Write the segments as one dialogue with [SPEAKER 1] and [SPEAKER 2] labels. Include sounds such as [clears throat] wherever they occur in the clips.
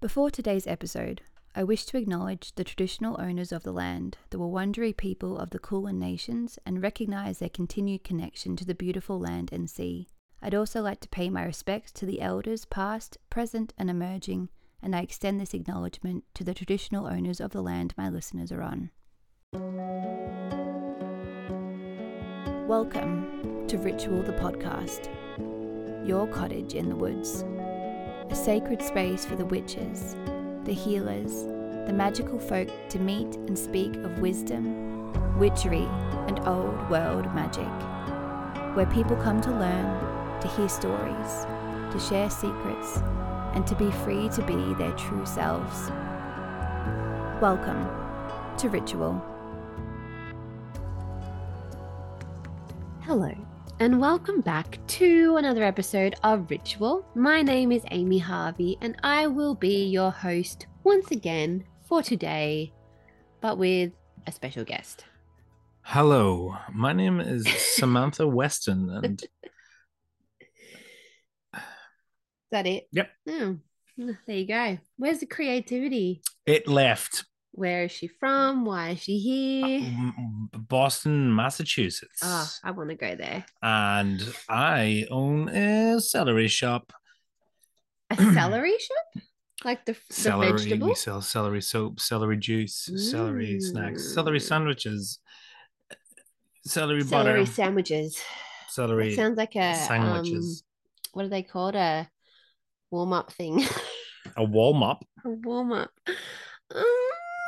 [SPEAKER 1] Before today's episode, I wish to acknowledge the traditional owners of the land, the Wurundjeri people of the Kulin Nations, and recognise their continued connection to the beautiful land and sea. I'd also like to pay my respects to the elders past, present, and emerging, and I extend this acknowledgement to the traditional owners of the land my listeners are on. Welcome to Ritual the Podcast, your cottage in the woods, a sacred space for the witches the healers, the magical folk to meet and speak of wisdom, witchery, and old world magic, where people come to learn, to hear stories, to share secrets, and to be free to be their true selves. Welcome to Ritual.
[SPEAKER 2] Hello, and welcome back to another episode of Ritual. My name is Amy Harvey, and I will be your host once again for today, but with a special guest.
[SPEAKER 3] Hello, my name is Samantha Weston, and
[SPEAKER 2] Is that it?
[SPEAKER 3] Yep.
[SPEAKER 2] Hmm. There you go. Where's the creativity?
[SPEAKER 3] it
[SPEAKER 2] [laughs]
[SPEAKER 3] left
[SPEAKER 2] Where is she from? Why is she here?
[SPEAKER 3] M- Boston, Massachusetts,
[SPEAKER 2] Oh, I want to go there.
[SPEAKER 3] and I own a celery shop. [clears throat]
[SPEAKER 2] A celery shop? Like the, the
[SPEAKER 3] celery, we
[SPEAKER 2] vegetable?
[SPEAKER 3] sell celery soap, celery juice, celery snacks,
[SPEAKER 2] Mm.
[SPEAKER 3] celery sandwiches, celery,
[SPEAKER 2] Celery
[SPEAKER 3] butter,
[SPEAKER 2] sandwiches. That
[SPEAKER 3] celery.
[SPEAKER 2] sounds like uh, a Um,
[SPEAKER 3] sandwiches.
[SPEAKER 2] what are they called? A warm up thing. [laughs] um,
[SPEAKER 3] a warm up,
[SPEAKER 2] a warm up.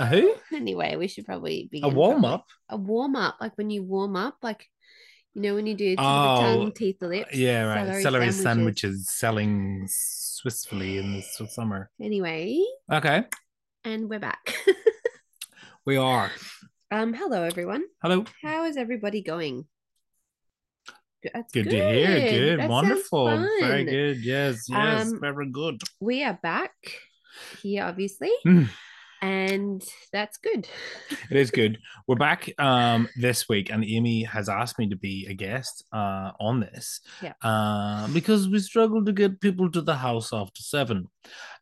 [SPEAKER 3] a who?
[SPEAKER 2] Anyway, we should probably begin.
[SPEAKER 3] A
[SPEAKER 2] from
[SPEAKER 3] warm
[SPEAKER 2] like-
[SPEAKER 3] up.
[SPEAKER 2] A warm up, like when you warm up, like you know when you do it
[SPEAKER 3] Oh,
[SPEAKER 2] the tongue, teeth, the lips.
[SPEAKER 3] Yeah, right. Celery, sandwiches. selling Swissfully in the s- summer.
[SPEAKER 2] Anyway,
[SPEAKER 3] Okay,
[SPEAKER 2] and we're back. [laughs]
[SPEAKER 3] we are.
[SPEAKER 2] um, hello everyone.
[SPEAKER 3] Hello.
[SPEAKER 2] How is everybody going? Good- That's
[SPEAKER 3] Good, to hear. Good.
[SPEAKER 2] That sounds
[SPEAKER 3] Wonderful. Very
[SPEAKER 2] fun.
[SPEAKER 3] good. Yes. Yes.
[SPEAKER 2] Um,
[SPEAKER 3] very good.
[SPEAKER 2] We are back here, obviously,
[SPEAKER 3] Mm.
[SPEAKER 2] and that's
[SPEAKER 3] [laughs]
[SPEAKER 2] good.
[SPEAKER 3] It is good. We're back um this week, and Amy has asked me to be a guest uh on this.
[SPEAKER 2] Yeah.
[SPEAKER 3] Uh, because we struggle to get people to the house after seven.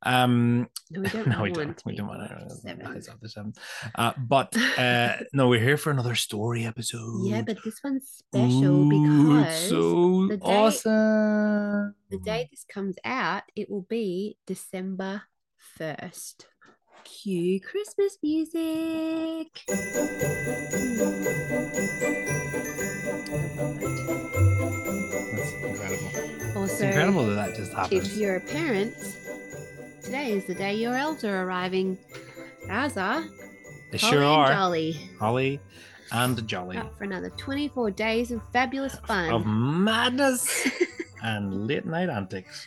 [SPEAKER 3] Um
[SPEAKER 2] No, we don't
[SPEAKER 3] no, we
[SPEAKER 2] want
[SPEAKER 3] don't. We
[SPEAKER 2] people
[SPEAKER 3] don't want
[SPEAKER 2] after
[SPEAKER 3] to
[SPEAKER 2] seven.
[SPEAKER 3] house after seven. Uh but uh no, we're here for another story episode.
[SPEAKER 2] Yeah, but this one's special
[SPEAKER 3] Ooh, it's
[SPEAKER 2] because
[SPEAKER 3] so
[SPEAKER 2] the day-
[SPEAKER 3] awesome.
[SPEAKER 2] the day this comes out, it will be December 1st. Cue Christmas music. Hmm.
[SPEAKER 3] That's incredible. It's
[SPEAKER 2] Also,
[SPEAKER 3] incredible that that just
[SPEAKER 2] if
[SPEAKER 3] happens.
[SPEAKER 2] you're a parent, today is the day your elves are arriving. As are
[SPEAKER 3] They
[SPEAKER 2] Holly
[SPEAKER 3] sure
[SPEAKER 2] and
[SPEAKER 3] are.
[SPEAKER 2] Jolly. Oh,
[SPEAKER 3] Holly and Jolly.
[SPEAKER 2] Out for another 24 days of fabulous fun.
[SPEAKER 3] Of madness and late night antics.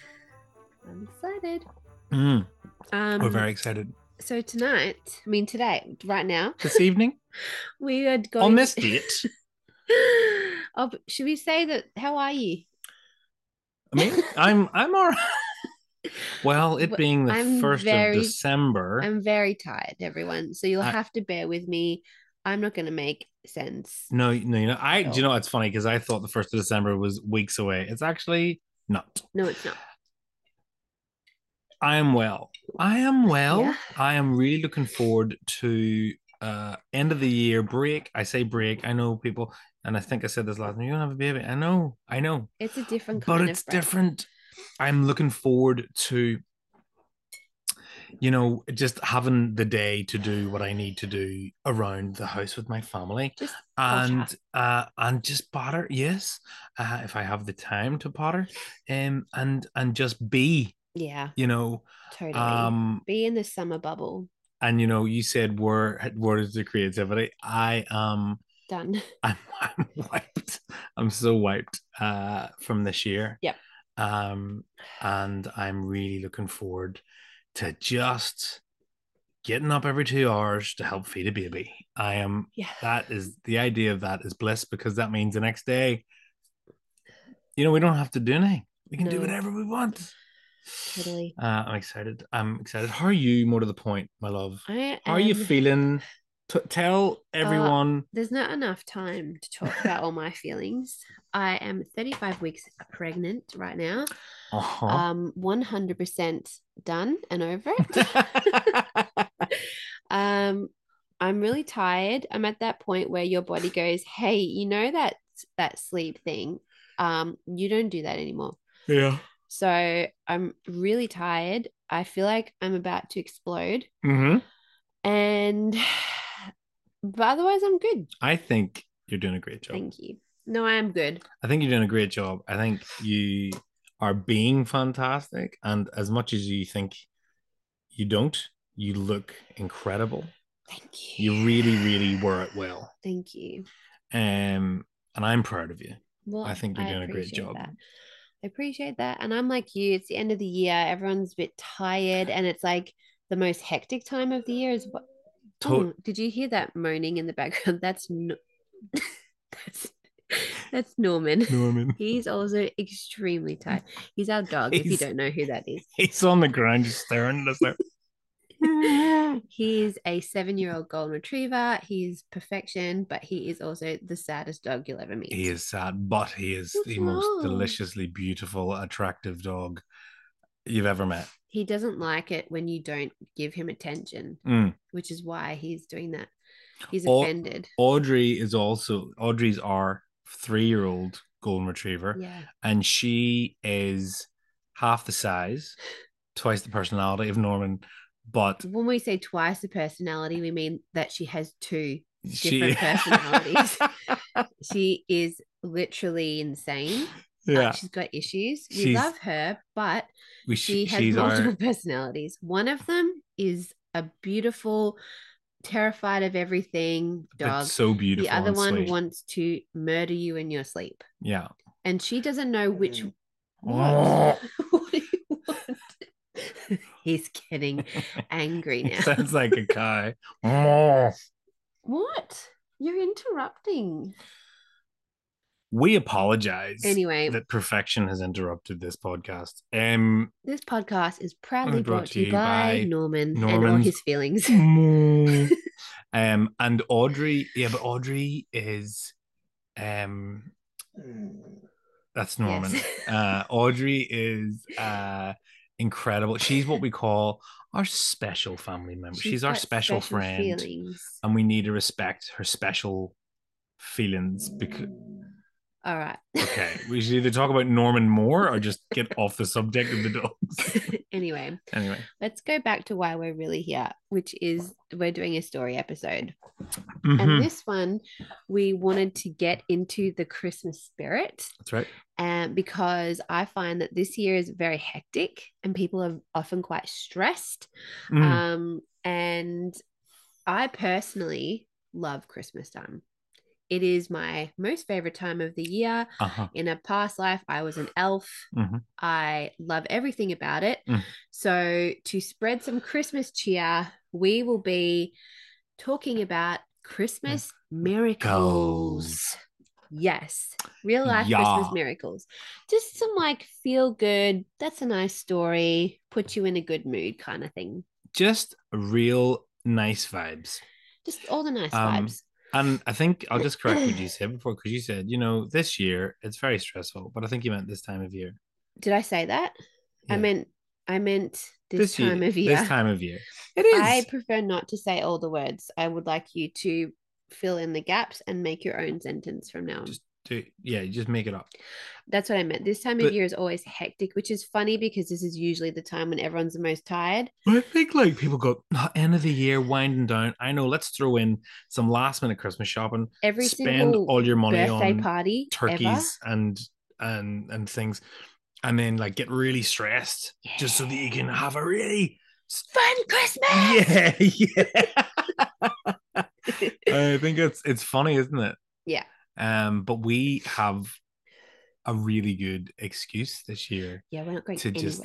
[SPEAKER 2] [laughs] I'm excited.
[SPEAKER 3] Mm,
[SPEAKER 2] Um,
[SPEAKER 3] we're very excited.
[SPEAKER 2] So tonight, I mean today, right now, [laughs]
[SPEAKER 3] This evening,
[SPEAKER 2] we are going
[SPEAKER 3] on this date,
[SPEAKER 2] [laughs] oh, but should we say that? How are you? [laughs]
[SPEAKER 3] I mean, I'm I'm all right. Well, it
[SPEAKER 2] Well,
[SPEAKER 3] being the
[SPEAKER 2] I'm
[SPEAKER 3] 1st
[SPEAKER 2] very-
[SPEAKER 3] of December,
[SPEAKER 2] I'm very tired, everyone. So you'll
[SPEAKER 3] I-
[SPEAKER 2] have to bear with me. I'm not going to make sense.
[SPEAKER 3] no, no, you know, I do
[SPEAKER 2] Oh.
[SPEAKER 3] you know it's funny because I thought the 1st of December was weeks away. It's actually not.
[SPEAKER 2] No, it's not.
[SPEAKER 3] I am well. I am well.
[SPEAKER 2] Yeah.
[SPEAKER 3] I am really looking forward to uh end of the year break. I say break. I know people, and I think I said this last time. You don't have a baby. I know. I know.
[SPEAKER 2] It's a different kind
[SPEAKER 3] But
[SPEAKER 2] of
[SPEAKER 3] it's
[SPEAKER 2] break.
[SPEAKER 3] different. I'm looking forward to you know just having the day to do what I need to do around the house with my family
[SPEAKER 2] Just potter.
[SPEAKER 3] and uh and just potter yes uh, if I have the time to potter um and and just be
[SPEAKER 2] Yeah,
[SPEAKER 3] you know
[SPEAKER 2] totally.
[SPEAKER 3] um
[SPEAKER 2] Be in the summer bubble.
[SPEAKER 3] and you know you said where where is the creativity i um [laughs]
[SPEAKER 2] Done. [laughs]
[SPEAKER 3] i'm, I'm wiped i'm so wiped uh from this year
[SPEAKER 2] Yep.
[SPEAKER 3] um and i'm really looking forward to just getting up every two hours to help feed a baby i am
[SPEAKER 2] Yeah.
[SPEAKER 3] that is the idea of that is bliss because that means the next day you know we don't have to do anything we can do
[SPEAKER 2] No.
[SPEAKER 3] whatever we want
[SPEAKER 2] Totally.
[SPEAKER 3] uh, i'm excited i'm excited how are you more to the point my love
[SPEAKER 2] I
[SPEAKER 3] how are you
[SPEAKER 2] am-
[SPEAKER 3] feeling? T- tell everyone.
[SPEAKER 2] There's not enough time to talk about all my feelings, I am 35 weeks pregnant right now.
[SPEAKER 3] Uh-huh.
[SPEAKER 2] Um, 100% done and over it.
[SPEAKER 3] [laughs]
[SPEAKER 2] um i'm really tired i'm at that point where your body goes hey you know that that sleep thing um you don't do that anymore
[SPEAKER 3] yeah.
[SPEAKER 2] so i'm really tired i feel like i'm about to explode
[SPEAKER 3] hmm
[SPEAKER 2] and [sighs] but otherwise i'm good
[SPEAKER 3] I think you're doing a great job.
[SPEAKER 2] thank you no i am good
[SPEAKER 3] I think you're doing a great job. I think you are being fantastic. And as much as you think you don't, you look incredible.
[SPEAKER 2] thank you
[SPEAKER 3] You really, really were it well.
[SPEAKER 2] [sighs] thank you
[SPEAKER 3] Um, and I'm proud of you.
[SPEAKER 2] well
[SPEAKER 3] I think you're doing a great
[SPEAKER 2] appreciate
[SPEAKER 3] job.
[SPEAKER 2] that. I appreciate that. And I'm like you, it's the end of the year. Everyone's a bit tired and it's like the most hectic time of the year is what
[SPEAKER 3] To- [laughs]
[SPEAKER 2] Oh, did you hear that moaning in the background? [laughs] That's no- that's, that's Norman.
[SPEAKER 3] [laughs] Norman.
[SPEAKER 2] He's also extremely tired. He's our dog, if you
[SPEAKER 3] He's-
[SPEAKER 2] don't know who that
[SPEAKER 3] [laughs]
[SPEAKER 2] is.
[SPEAKER 3] He's on the ground just staring at us there.
[SPEAKER 2] He's a seven year old golden retriever. He is perfection, but he is also the saddest dog you'll ever meet.
[SPEAKER 3] He is sad, but he is
[SPEAKER 2] What's
[SPEAKER 3] the most
[SPEAKER 2] wrong?
[SPEAKER 3] deliciously beautiful, attractive dog you've ever met.
[SPEAKER 2] He doesn't like it when you don't give him attention.
[SPEAKER 3] Mm.
[SPEAKER 2] which is why he's doing that. He's
[SPEAKER 3] Or-
[SPEAKER 2] offended.
[SPEAKER 3] Audrey is also Audrey's our three-year-old golden retriever,
[SPEAKER 2] Yeah.
[SPEAKER 3] and she is half the size, twice the personality of Norman, but
[SPEAKER 2] When we say twice the personality, we mean that she has two.
[SPEAKER 3] she [laughs]
[SPEAKER 2] Different personalities. She is literally insane. Uh,
[SPEAKER 3] yeah,
[SPEAKER 2] she's got issues. We
[SPEAKER 3] She's-
[SPEAKER 2] love her, but
[SPEAKER 3] we,
[SPEAKER 2] she
[SPEAKER 3] she,
[SPEAKER 2] has
[SPEAKER 3] she's
[SPEAKER 2] multiple [laughs]
[SPEAKER 3] our
[SPEAKER 2] personalities. One of them is a beautiful, terrified of everything
[SPEAKER 3] but
[SPEAKER 2] dog.
[SPEAKER 3] so beautiful.
[SPEAKER 2] The other
[SPEAKER 3] and
[SPEAKER 2] one
[SPEAKER 3] sweet.
[SPEAKER 2] wants to murder you in your sleep. [laughs]
[SPEAKER 3] yeah.
[SPEAKER 2] And she doesn't know which
[SPEAKER 3] Oh.
[SPEAKER 2] [laughs] What? What do you want? [laughs] He's getting angry
[SPEAKER 3] He
[SPEAKER 2] now.
[SPEAKER 3] [laughs] sounds like a guy. Oh.
[SPEAKER 2] What? You're interrupting.
[SPEAKER 3] we apologize
[SPEAKER 2] Anyway,
[SPEAKER 3] that perfection has interrupted this podcast. Um,
[SPEAKER 2] this podcast is proudly
[SPEAKER 3] brought
[SPEAKER 2] brought, to you by,
[SPEAKER 3] by
[SPEAKER 2] Norman and all
[SPEAKER 3] Norman's-
[SPEAKER 2] his feelings.
[SPEAKER 3] um, and Audrey, yeah, but Audrey is, um,
[SPEAKER 2] [laughs]
[SPEAKER 3] that's Norman.
[SPEAKER 2] Yes.
[SPEAKER 3] Uh, Audrey is uh incredible. She's what we call our special family member. She's, our
[SPEAKER 2] got
[SPEAKER 3] special, friend,
[SPEAKER 2] Feelings.
[SPEAKER 3] and we need to respect her special feelings because
[SPEAKER 2] All right. [laughs]
[SPEAKER 3] okay we should either talk about norman more or just get off the subject of the dogs
[SPEAKER 2] anyway,
[SPEAKER 3] anyway
[SPEAKER 2] let's go back to why we're really here, which is we're doing a story episode.
[SPEAKER 3] Mhm.
[SPEAKER 2] And this one, we wanted to get into the Christmas spirit.
[SPEAKER 3] That's right.
[SPEAKER 2] um, because I find that this year is very hectic and people are often quite stressed.
[SPEAKER 3] Mm.
[SPEAKER 2] Um, and I personally love Christmas time. It is my most favorite time of the year.
[SPEAKER 3] uh-huh.
[SPEAKER 2] In a past life, I was an elf.
[SPEAKER 3] Mhm.
[SPEAKER 2] I love everything about it.
[SPEAKER 3] Mm.
[SPEAKER 2] So, to spread some Christmas cheer, we will be talking about Christmas miracles.
[SPEAKER 3] Goals.
[SPEAKER 2] Yes. Real life
[SPEAKER 3] Yeah.
[SPEAKER 2] Christmas miracles. Just some like feel good, that's a nice story, put you in a good mood kind of thing.
[SPEAKER 3] Just real nice vibes.
[SPEAKER 2] Just all the nice
[SPEAKER 3] Um,
[SPEAKER 2] vibes.
[SPEAKER 3] And I think I'll just correct what you said before because you said, you know, this year it's very stressful, but I think you meant this time of year.
[SPEAKER 2] Did I say that? I
[SPEAKER 3] Yeah.
[SPEAKER 2] meant I meant this,
[SPEAKER 3] year,
[SPEAKER 2] time of year.
[SPEAKER 3] This time of year. It is.
[SPEAKER 2] [laughs] I prefer not to say all the words. I would like you to fill in the gaps and make your own sentence from now on.
[SPEAKER 3] Just- Do- yeah, you just make it up.
[SPEAKER 2] That's what I meant. This time
[SPEAKER 3] But-
[SPEAKER 2] of year is always hectic, which is funny because this is usually the time when everyone's the most tired.
[SPEAKER 3] But I think like people go, "Oh, end of the year, winding down. I know, let's throw in some last minute Christmas shopping,
[SPEAKER 2] Every
[SPEAKER 3] spend
[SPEAKER 2] single
[SPEAKER 3] all your money
[SPEAKER 2] birthday
[SPEAKER 3] on
[SPEAKER 2] party
[SPEAKER 3] turkeys
[SPEAKER 2] ever.
[SPEAKER 3] and and and things and then like get really stressed just so that you can have a really
[SPEAKER 2] fun Christmas. [laughs]
[SPEAKER 3] yeah yeah [laughs]
[SPEAKER 2] [laughs]
[SPEAKER 3] i think it's it's funny isn't it
[SPEAKER 2] Yeah.
[SPEAKER 3] um but we have a really good excuse this year
[SPEAKER 2] Yeah, we're not going
[SPEAKER 3] to
[SPEAKER 2] anywhere.
[SPEAKER 3] just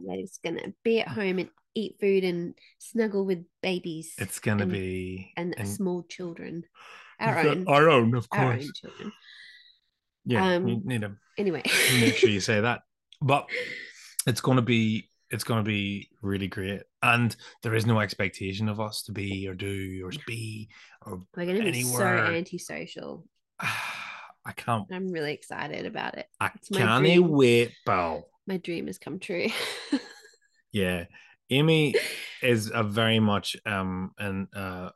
[SPEAKER 2] We're just gonna be at home and eat food and snuggle with babies
[SPEAKER 3] yeah it's gonna
[SPEAKER 2] And-
[SPEAKER 3] be
[SPEAKER 2] and, small children,
[SPEAKER 3] [laughs]
[SPEAKER 2] our
[SPEAKER 3] We've got
[SPEAKER 2] own, our,
[SPEAKER 3] our own of course
[SPEAKER 2] own children.
[SPEAKER 3] yeah
[SPEAKER 2] Um,
[SPEAKER 3] you need to
[SPEAKER 2] Anyway,
[SPEAKER 3] make sure you say that but it's going to be it's going to be really great and there is no expectation of us to be [sighs] or do or be or
[SPEAKER 2] [laughs] we're gonna be so
[SPEAKER 3] anywhere.
[SPEAKER 2] antisocial.
[SPEAKER 3] I can't.
[SPEAKER 2] I'm really excited about it.
[SPEAKER 3] I
[SPEAKER 2] It's my
[SPEAKER 3] can't
[SPEAKER 2] dream.
[SPEAKER 3] wait, pal.
[SPEAKER 2] My dream has come true. [laughs]
[SPEAKER 3] Yeah, Amy is a very much um an uh,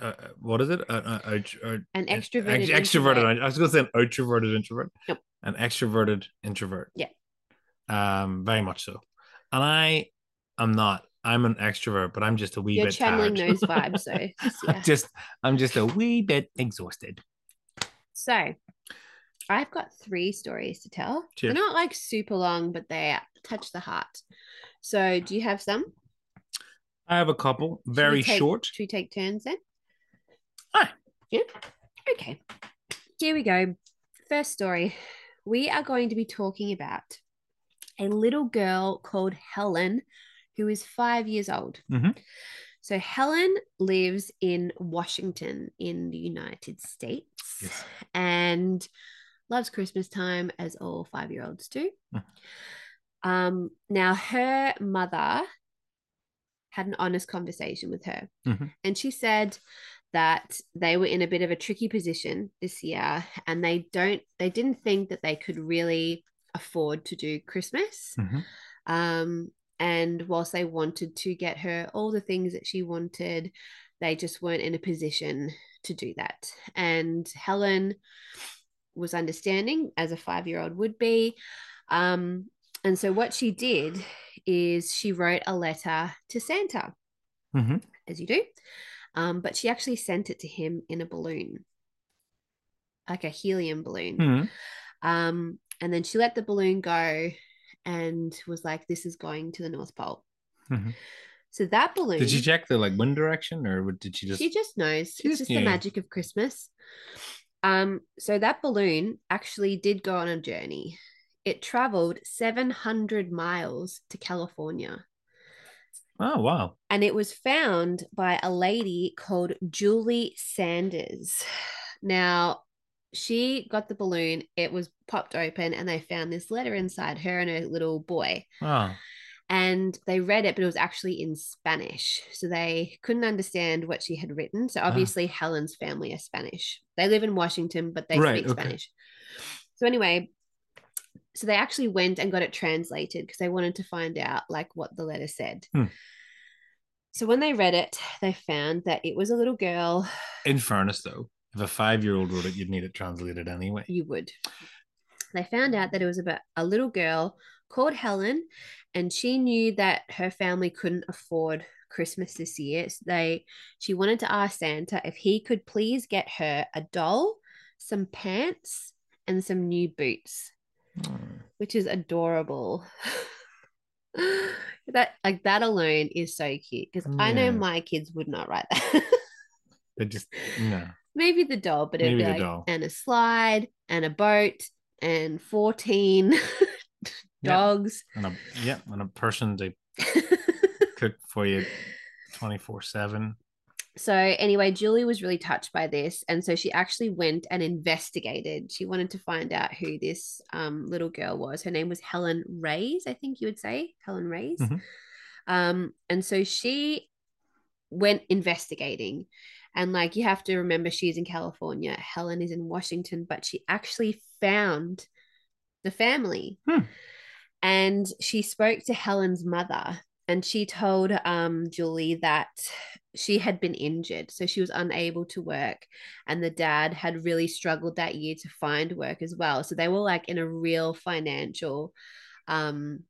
[SPEAKER 3] uh what is it? Uh, uh, out- out-
[SPEAKER 2] An
[SPEAKER 3] an-
[SPEAKER 2] extroverted.
[SPEAKER 3] ex- extroverted.
[SPEAKER 2] introvert.
[SPEAKER 3] I was going to say an outroverted introvert.
[SPEAKER 2] Nope.
[SPEAKER 3] An extroverted introvert.
[SPEAKER 2] Yeah.
[SPEAKER 3] Um, very much so. And I am not. I'm an extrovert, but I'm just a wee
[SPEAKER 2] You're
[SPEAKER 3] bit
[SPEAKER 2] channeling
[SPEAKER 3] tired.
[SPEAKER 2] those vibes, so just- yeah.
[SPEAKER 3] just [laughs] I'm just a wee bit exhausted.
[SPEAKER 2] So I've got three stories to tell.
[SPEAKER 3] Cheers.
[SPEAKER 2] They're not like super long, but they touch the heart. So do you have some? Should
[SPEAKER 3] I have a couple,
[SPEAKER 2] we
[SPEAKER 3] very
[SPEAKER 2] take-
[SPEAKER 3] short.
[SPEAKER 2] Should we take turns then?
[SPEAKER 3] Aye.
[SPEAKER 2] Yeah. Okay. Here we go. First story. We are going to be talking about a little girl called Helen who is five years old.
[SPEAKER 3] Mhm.
[SPEAKER 2] So Helen lives in Washington in the United States
[SPEAKER 3] Yes.
[SPEAKER 2] and loves Christmas time as all five year olds do.
[SPEAKER 3] Mhm.
[SPEAKER 2] Um, now, her mother had an honest conversation with her,
[SPEAKER 3] Mhm.
[SPEAKER 2] and she said that they were in a bit of a tricky position this year, and they don't, they didn't think that they could really afford to do Christmas.
[SPEAKER 3] Mhm.
[SPEAKER 2] Um, and whilst they wanted to get her all the things that she wanted, they just weren't in a position to do that. And Helen was understanding, as a five year old would be. Um, and so, what she did is she wrote a letter to Santa,
[SPEAKER 3] Mhm.
[SPEAKER 2] as you do, um, but she actually sent it to him in a balloon, like a helium balloon.
[SPEAKER 3] Mhm.
[SPEAKER 2] Um, and then she let the balloon go and was like, This is going to the North Pole.
[SPEAKER 3] Mhm.
[SPEAKER 2] So that balloon,
[SPEAKER 3] Did she check the like wind direction, or what- did she just?
[SPEAKER 2] she just knows.
[SPEAKER 3] She
[SPEAKER 2] it's
[SPEAKER 3] just
[SPEAKER 2] just the
[SPEAKER 3] knew.
[SPEAKER 2] magic of Christmas. Um, so that balloon actually did go on a journey. It traveled 700 miles to California
[SPEAKER 3] oh wow!
[SPEAKER 2] and it was found by a lady called Julie Sanders. Now, she got the balloon, it was popped open, and they found this letter inside her and her little boy.
[SPEAKER 3] Wow.
[SPEAKER 2] And they read it, but it was actually in Spanish. So they couldn't understand what she had written. So
[SPEAKER 3] Ah.
[SPEAKER 2] obviously, Helen's family are Spanish. They live in Washington, but they
[SPEAKER 3] Right,
[SPEAKER 2] speak
[SPEAKER 3] okay.
[SPEAKER 2] Spanish. So, anyway, so they actually went and got it translated because they wanted to find out like what the letter said.
[SPEAKER 3] Hmm.
[SPEAKER 2] So when they read it, they found that it was a little girl.
[SPEAKER 3] In fairness, though, if a five-year-old wrote it, you'd need it translated anyway.
[SPEAKER 2] You would. They found out that it was about a little girl called Helen, and she knew that her family couldn't afford Christmas this year. So they she wanted to ask Santa if he could please get her a doll, some pants, and some new boots.
[SPEAKER 3] Mm.
[SPEAKER 2] which is adorable. [laughs] that like that alone is so cute because I know
[SPEAKER 3] Yeah.
[SPEAKER 2] my kids would not write that. [laughs]
[SPEAKER 3] They just no.
[SPEAKER 2] Maybe the doll, but it'd
[SPEAKER 3] Maybe
[SPEAKER 2] be
[SPEAKER 3] the
[SPEAKER 2] like
[SPEAKER 3] doll.
[SPEAKER 2] and a slide and a boat and fourteen [laughs] dogs. [laughs]
[SPEAKER 3] And a yeah, and a person to cook for you twenty-four seven.
[SPEAKER 2] so anyway, Julie was really touched by this, and so she actually went and investigated. She wanted to find out who this um, little girl was. Her name was Helen Rays, I think you would say Helen Rays.
[SPEAKER 3] Mhm.
[SPEAKER 2] Um, and so she went investigating. And like you have to remember, she's in California. Helen is in Washington, but she actually found the family.
[SPEAKER 3] Hmm.
[SPEAKER 2] And she spoke to Helen's mother, and she told um, Julie that she had been injured. So she was unable to work. And the dad had really struggled that year to find work as well. So they were like in a real financial um,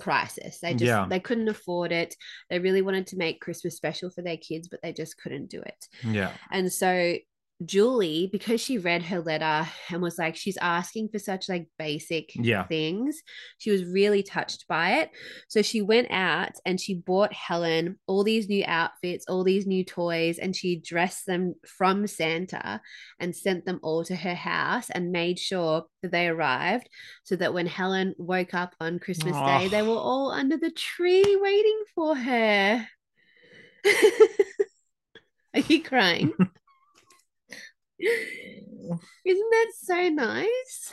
[SPEAKER 2] crisis. They just,
[SPEAKER 3] Yeah.
[SPEAKER 2] they couldn't afford it. They really wanted to make Christmas special for their kids, but they just couldn't do it.
[SPEAKER 3] Yeah.
[SPEAKER 2] And so Julie, because she read her letter and was like, she's asking for such like basic
[SPEAKER 3] Yeah.
[SPEAKER 2] things, she was really touched by it. So she went out and she bought Helen all these new outfits, all these new toys, and she dressed them from Santa and sent them all to her house and made sure that they arrived so that when Helen woke up on Christmas Day, they
[SPEAKER 3] Oh.
[SPEAKER 2] were all under the tree waiting for her. [laughs] Are you
[SPEAKER 3] [laughs]
[SPEAKER 2] crying? Isn't that so nice?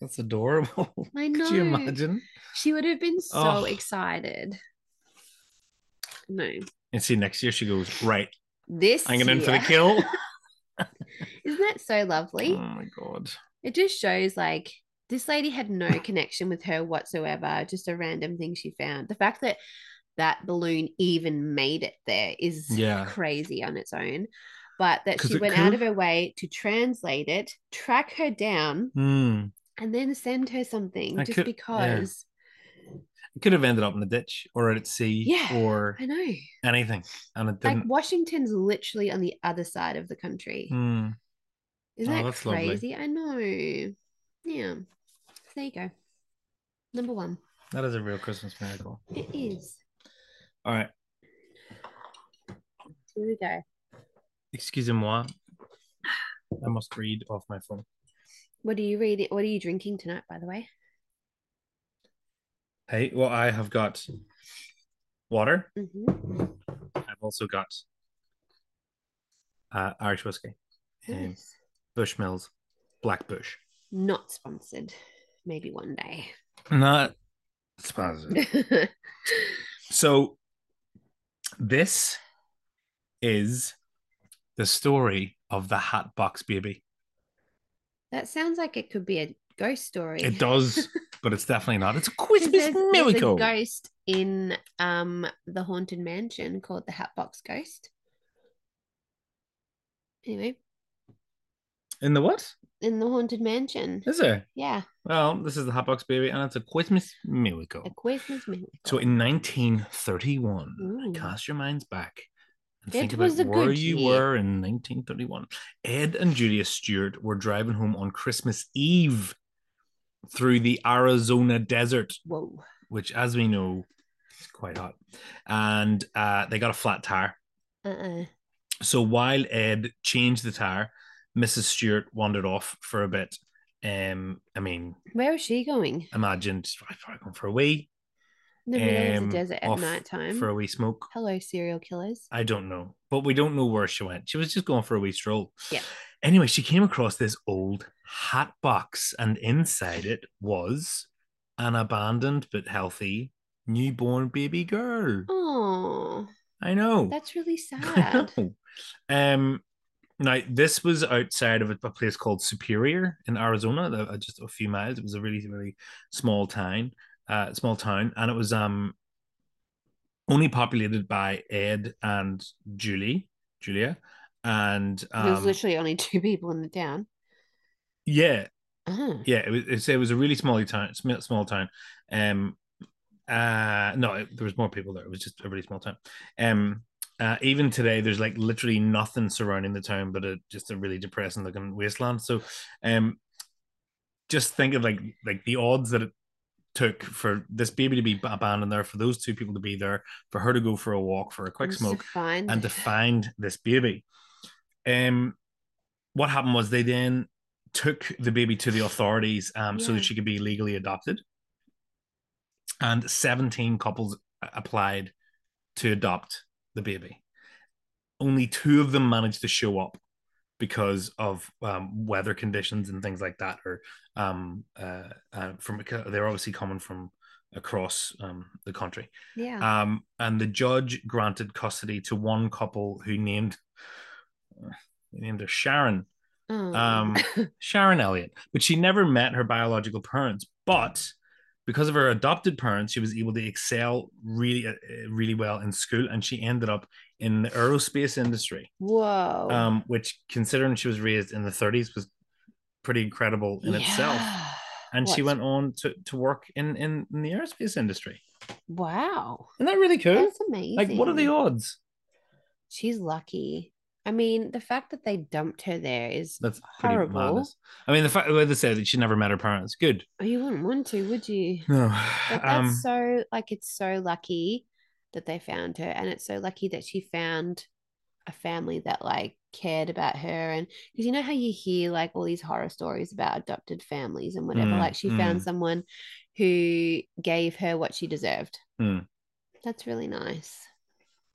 [SPEAKER 3] That's adorable. [laughs]
[SPEAKER 2] I
[SPEAKER 3] Could you
[SPEAKER 2] know.
[SPEAKER 3] imagine?
[SPEAKER 2] She would have been so
[SPEAKER 3] Oh.
[SPEAKER 2] excited. No.
[SPEAKER 3] And see, next year she goes, right,
[SPEAKER 2] This [laughs]
[SPEAKER 3] I'm going in for the
[SPEAKER 2] year-
[SPEAKER 3] kill.
[SPEAKER 2] Isn't that so
[SPEAKER 3] oh
[SPEAKER 2] lovely?
[SPEAKER 3] my God.
[SPEAKER 2] It just shows like this lady had no
[SPEAKER 3] [laughs]
[SPEAKER 2] connection with her whatsoever, just a random thing she found. The fact that that balloon even made it there is
[SPEAKER 3] Yeah.
[SPEAKER 2] crazy on its own. But that
[SPEAKER 3] 'Cause
[SPEAKER 2] she
[SPEAKER 3] it
[SPEAKER 2] went
[SPEAKER 3] could
[SPEAKER 2] out of
[SPEAKER 3] have-
[SPEAKER 2] her way to translate it, track her down,
[SPEAKER 3] Hmm.
[SPEAKER 2] and then send her something
[SPEAKER 3] I
[SPEAKER 2] just
[SPEAKER 3] could- yeah.
[SPEAKER 2] because.
[SPEAKER 3] It could have ended up in the ditch or at sea
[SPEAKER 2] Yeah,
[SPEAKER 3] or
[SPEAKER 2] I know.
[SPEAKER 3] anything. And it
[SPEAKER 2] Like
[SPEAKER 3] didn't.
[SPEAKER 2] Washington's literally on the other side of the country.
[SPEAKER 3] Hmm.
[SPEAKER 2] Isn't
[SPEAKER 3] Oh,
[SPEAKER 2] that
[SPEAKER 3] that's lovely.
[SPEAKER 2] crazy? I know. Yeah. So there you go. Number one.
[SPEAKER 3] that is a real Christmas miracle.
[SPEAKER 2] It is.
[SPEAKER 3] All right.
[SPEAKER 2] Here we go.
[SPEAKER 3] Excusez-moi. I must read off my phone.
[SPEAKER 2] What do you read? What are you drinking tonight, by the way?
[SPEAKER 3] Hey, well, I have got water.
[SPEAKER 2] Mm-hmm.
[SPEAKER 3] I've also got uh, Irish whiskey, and
[SPEAKER 2] Nice.
[SPEAKER 3] Bushmills, Black Bush.
[SPEAKER 2] Not sponsored. Maybe one day. [laughs]
[SPEAKER 3] Not sponsored. so, this is the story of the Hatbox Baby.
[SPEAKER 2] that sounds like it could be a ghost story. [laughs]
[SPEAKER 3] It does, but it's definitely not. It's a
[SPEAKER 2] 'Cause
[SPEAKER 3] Christmas miracle.
[SPEAKER 2] There's a ghost in um the haunted mansion called the Hatbox Ghost. Anyway,
[SPEAKER 3] In the what?
[SPEAKER 2] in the haunted mansion.
[SPEAKER 3] Is there?
[SPEAKER 2] Yeah,
[SPEAKER 3] Well, this is the Hatbox Baby, and it's a Christmas miracle.
[SPEAKER 2] a Christmas miracle.
[SPEAKER 3] So in 1931,
[SPEAKER 2] Ooh.
[SPEAKER 3] cast your minds back and
[SPEAKER 2] Hmm. It
[SPEAKER 3] think
[SPEAKER 2] was a
[SPEAKER 3] about where
[SPEAKER 2] good
[SPEAKER 3] you
[SPEAKER 2] year.
[SPEAKER 3] were in 1931. Ed and Julia Stewart were driving home on Christmas Eve through the Arizona desert,
[SPEAKER 2] Whoa.
[SPEAKER 3] which, as we know, is quite hot. And uh, they got a flat tire.
[SPEAKER 2] Uh-uh.
[SPEAKER 3] So while Ed changed the tire, Mrs. Stewart wandered off for a bit. Um, I mean,
[SPEAKER 2] Where is she going?
[SPEAKER 3] imagine just probably going for a wee,
[SPEAKER 2] In the middle of
[SPEAKER 3] Um,
[SPEAKER 2] the desert at
[SPEAKER 3] off
[SPEAKER 2] night time.
[SPEAKER 3] for a wee smoke.
[SPEAKER 2] Hello, serial killers.
[SPEAKER 3] I don't know, but we don't know where she went. She was just going for a wee stroll.
[SPEAKER 2] Yeah.
[SPEAKER 3] Anyway, she came across this old hat box, and inside it was an abandoned but healthy newborn baby girl.
[SPEAKER 2] Oh,
[SPEAKER 3] I know.
[SPEAKER 2] that's really
[SPEAKER 3] [laughs] I
[SPEAKER 2] sad.
[SPEAKER 3] know. Um, now this was outside of a, a place called Superior in Arizona, the- uh, just a few miles. It was a really, really small town, uh, small town, and it was um only populated by Ed and Julie, Julia, and
[SPEAKER 2] there was
[SPEAKER 3] um,
[SPEAKER 2] literally only two people in the town.
[SPEAKER 3] yeah,
[SPEAKER 2] Oh,
[SPEAKER 3] yeah. It was it's, it was a really small town, small, small town. Um, uh, no, it- there was more people there. It was just a really small town. Um, uh, even today, there's like literally nothing surrounding the town but a just a really depressing looking wasteland. So, um, just think of like like the odds that it took for this baby to be abandoned there, for those two people to be there, for her to go for a walk, for a quick
[SPEAKER 2] just to
[SPEAKER 3] smoke,
[SPEAKER 2] Find...
[SPEAKER 3] and to find this baby. Um, what happened was they then took the baby to the authorities um, so
[SPEAKER 2] Yeah.
[SPEAKER 3] that she could be legally adopted. And 17 couples a- applied to adopt the baby. Only two of them managed to show up because of um, weather conditions and things like that, or um, uh, uh, from they're obviously coming from across um, the country.
[SPEAKER 2] yeah.
[SPEAKER 3] Um, and the judge granted custody to one couple who named they named her Sharon,
[SPEAKER 2] Oh.
[SPEAKER 3] um, Sharon Elliott, but she never met her biological parents. But because of her adopted parents, she was able to excel really, uh, uh, really well in school, and she ended up in the aerospace industry,
[SPEAKER 2] [laughs] Whoa.
[SPEAKER 3] um, which, considering she was raised in the 30s, was pretty incredible in itself.
[SPEAKER 2] Yeah.
[SPEAKER 3] And she
[SPEAKER 2] What's-
[SPEAKER 3] went on to, to work in, in in the aerospace industry.
[SPEAKER 2] Wow.
[SPEAKER 3] Isn't that really cool?
[SPEAKER 2] That's amazing.
[SPEAKER 3] like, what are the odds?
[SPEAKER 2] She's lucky. I mean, the fact that they dumped her there is
[SPEAKER 3] That's pretty
[SPEAKER 2] horrible.
[SPEAKER 3] madness. I mean, the fact that they said that she never met her parents, good.
[SPEAKER 2] oh, You wouldn't want to, would you?
[SPEAKER 3] No,
[SPEAKER 2] But that's
[SPEAKER 3] um,
[SPEAKER 2] so like it's so lucky that they found her, and it's so lucky that she found a family that like cared about her, and because you know how you hear like all these horror stories about adopted families and whatever,
[SPEAKER 3] Mm,
[SPEAKER 2] like she found
[SPEAKER 3] mm.
[SPEAKER 2] someone who gave her what she deserved.
[SPEAKER 3] Mm.
[SPEAKER 2] That's really nice.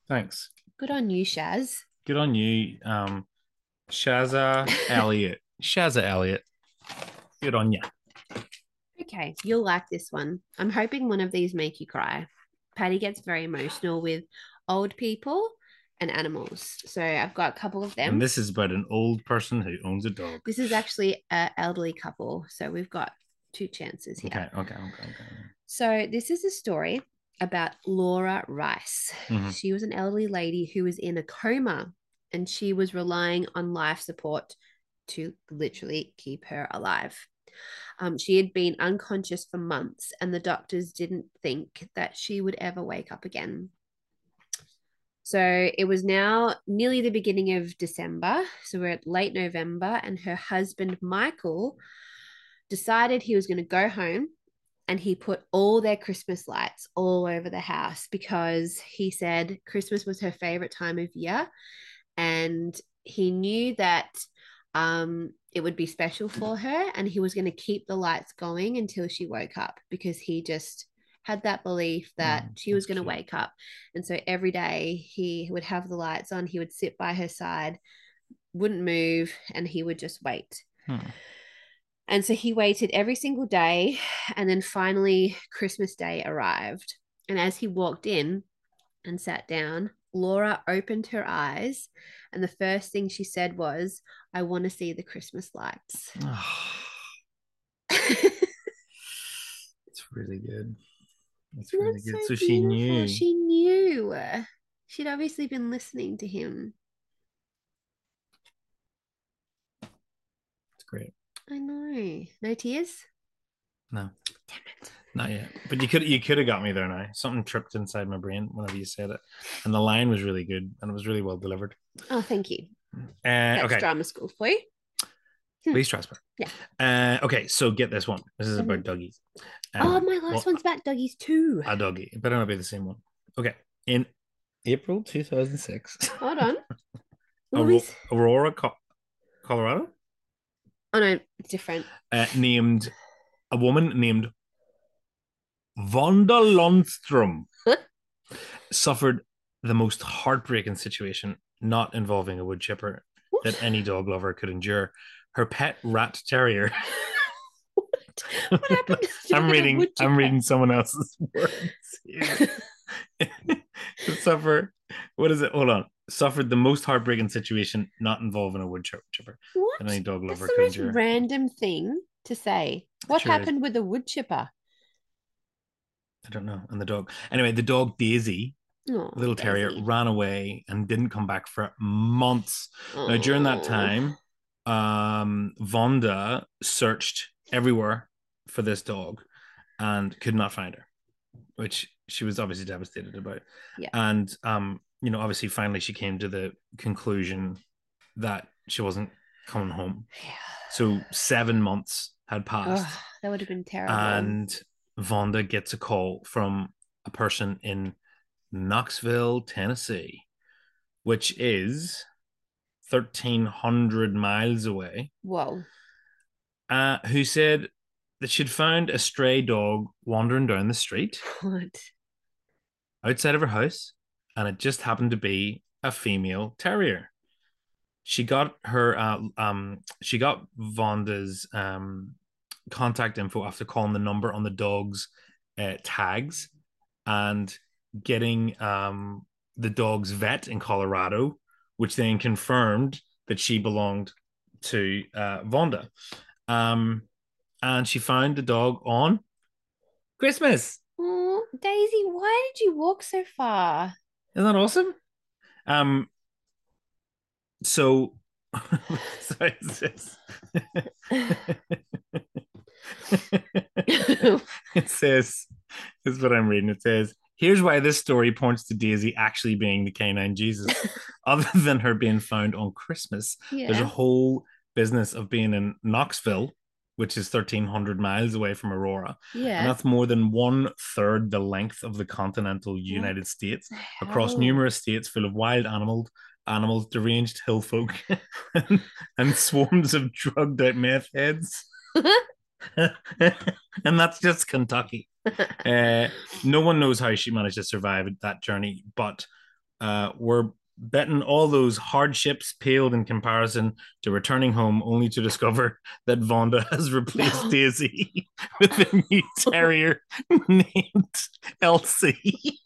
[SPEAKER 3] thanks.
[SPEAKER 2] Good on you, Shaz.
[SPEAKER 3] Good on you, um,
[SPEAKER 2] [laughs]
[SPEAKER 3] Shaza Elliott. Shaza Elliott. Good on you.
[SPEAKER 2] Okay, you'll like this one. I'm hoping one of these make you cry. Patty gets very emotional with old people and animals. So I've got a couple of them.
[SPEAKER 3] And
[SPEAKER 2] This-,
[SPEAKER 3] this is about an old person who owns a dog.
[SPEAKER 2] is actually an elderly couple. So we've got two chances here.
[SPEAKER 3] Okay, okay, okay, okay.
[SPEAKER 2] So this is a story about Laura Rice.
[SPEAKER 3] Mhm.
[SPEAKER 2] She was an elderly lady who was in a coma and she was relying on life support to literally keep her alive. Um, she had been unconscious for months, and the doctors didn't think that she would ever wake up again. So it was now nearly the beginning of December. So we're at late November, and her husband, Michael, decided he was going to go home and he put all their Christmas lights all over the house because he said Christmas was her favorite time of year. And he knew that um, it would be special for her. And he was going to keep the lights going until she woke up because he just had that belief that
[SPEAKER 3] Mm,
[SPEAKER 2] she was
[SPEAKER 3] that's
[SPEAKER 2] going to
[SPEAKER 3] cute.
[SPEAKER 2] wake up. And so every day he would have the lights on, he would sit by her side, wouldn't move, and he would just wait.
[SPEAKER 3] Hmm.
[SPEAKER 2] And so he waited every single day. And then finally, Christmas Day arrived. And as he walked in and sat down, Laura opened her eyes. And the first thing she said was, I want to see the Christmas lights.
[SPEAKER 3] Ah, it's really good. It's
[SPEAKER 2] [laughs]
[SPEAKER 3] really
[SPEAKER 2] That's
[SPEAKER 3] good. So,
[SPEAKER 2] so
[SPEAKER 3] she
[SPEAKER 2] beautiful.
[SPEAKER 3] knew.
[SPEAKER 2] She knew. She'd obviously been listening to him.
[SPEAKER 3] It's great.
[SPEAKER 2] I know. No tears?
[SPEAKER 3] No.
[SPEAKER 2] Damn it.
[SPEAKER 3] Not yet. But you could you could have got me there now. Something tripped inside my brain whenever you said it. And the line was really good and it was really well delivered.
[SPEAKER 2] Oh, thank you.
[SPEAKER 3] Uh,
[SPEAKER 2] That's
[SPEAKER 3] okay.
[SPEAKER 2] drama school for you.
[SPEAKER 3] Lee Strasberg.
[SPEAKER 2] Hmm. Yeah. Hmm.
[SPEAKER 3] Uh, okay, so get this one. This is about doggies.
[SPEAKER 2] oh,
[SPEAKER 3] Um,
[SPEAKER 2] my last
[SPEAKER 3] well,
[SPEAKER 2] one's about doggies too.
[SPEAKER 3] A doggy. It better not be the same one. Okay. In April 2006,
[SPEAKER 2] Hold
[SPEAKER 3] [laughs]
[SPEAKER 2] on.
[SPEAKER 3] Oh,
[SPEAKER 2] What
[SPEAKER 3] Aurora,
[SPEAKER 2] was-
[SPEAKER 3] Aurora Co- Colorado,
[SPEAKER 2] Oh no, it's different.
[SPEAKER 3] uh, named a woman named
[SPEAKER 2] [laughs]
[SPEAKER 3] Vonda Lundstrom suffered the most heartbreaking situation not involving a wood chipper that any dog lover could endure. Her pet rat terrier.
[SPEAKER 2] [laughs] What
[SPEAKER 3] [laughs]
[SPEAKER 2] happened? [laughs] to
[SPEAKER 3] I'm
[SPEAKER 2] the
[SPEAKER 3] reading.
[SPEAKER 2] wood
[SPEAKER 3] I'm
[SPEAKER 2] chipper?
[SPEAKER 3] reading someone else's [laughs] words. here. [laughs] To suffer. What is it? Hold on. Suffered the most heartbreaking situation not involving a wood chip- chipper
[SPEAKER 2] [laughs] What?
[SPEAKER 3] that any dog
[SPEAKER 2] That's
[SPEAKER 3] lover
[SPEAKER 2] the
[SPEAKER 3] could
[SPEAKER 2] most
[SPEAKER 3] endure.
[SPEAKER 2] random thing to say. What
[SPEAKER 3] sure is.
[SPEAKER 2] happened with the wood chipper?
[SPEAKER 3] I don't know. And the dog. Anyway, the dog Daisy,
[SPEAKER 2] Oh,
[SPEAKER 3] little terrier,
[SPEAKER 2] Daisy.
[SPEAKER 3] ran away and didn't come back for months. Now during
[SPEAKER 2] Oh.
[SPEAKER 3] that time, um, Vonda searched everywhere for this dog and could not find her, which she was obviously devastated about.
[SPEAKER 2] Yeah.
[SPEAKER 3] And um, you know, obviously, finally, she came to the conclusion that she wasn't coming home.
[SPEAKER 2] Yeah.
[SPEAKER 3] So seven months had passed,
[SPEAKER 2] Ugh, that would have been terrible.
[SPEAKER 3] and Vonda gets a call from a person in Knoxville, Tennessee, which is thirteen hundred miles away
[SPEAKER 2] Whoa. [laughs]
[SPEAKER 3] uh, who said that she'd found a stray dog wandering down the street
[SPEAKER 2] What?
[SPEAKER 3] outside of her house, and it just happened to be a female terrier. She got her, uh, um, she got Vonda's um, contact info after calling the number on the dog's uh, tags and getting um, the dog's vet in Colorado, which then confirmed that she belonged to uh, Vonda. Um, and she found the dog on Christmas.
[SPEAKER 2] Oh, Daisy, why did you walk so
[SPEAKER 3] [laughs]
[SPEAKER 2] far?
[SPEAKER 3] Isn't that awesome? Um. So, [laughs] sorry, it's just- it says, "This is what I'm reading." It says, "Here's why this story points to Daisy actually being the canine Jesus,
[SPEAKER 2] [laughs]
[SPEAKER 3] other than her being found on Christmas." There's a
[SPEAKER 2] yeah.
[SPEAKER 3] whole business of being in Knoxville, which is 1,300 miles away from Aurora, and
[SPEAKER 2] Yeah.
[SPEAKER 3] that's more than one third the length of the continental United States across
[SPEAKER 2] Hell.
[SPEAKER 3] numerous states full of wild animals, animals, deranged hill folk, [laughs] and swarms of drugged out meth heads. [laughs] and that's just Kentucky. Uh, no one knows how she managed to survive that journey, but uh, we're betting all those hardships paled in comparison to returning home only to discover [laughs] that Vonda has replaced
[SPEAKER 2] No.
[SPEAKER 3] Daisy [laughs] with a new terrier [laughs] named Elsie.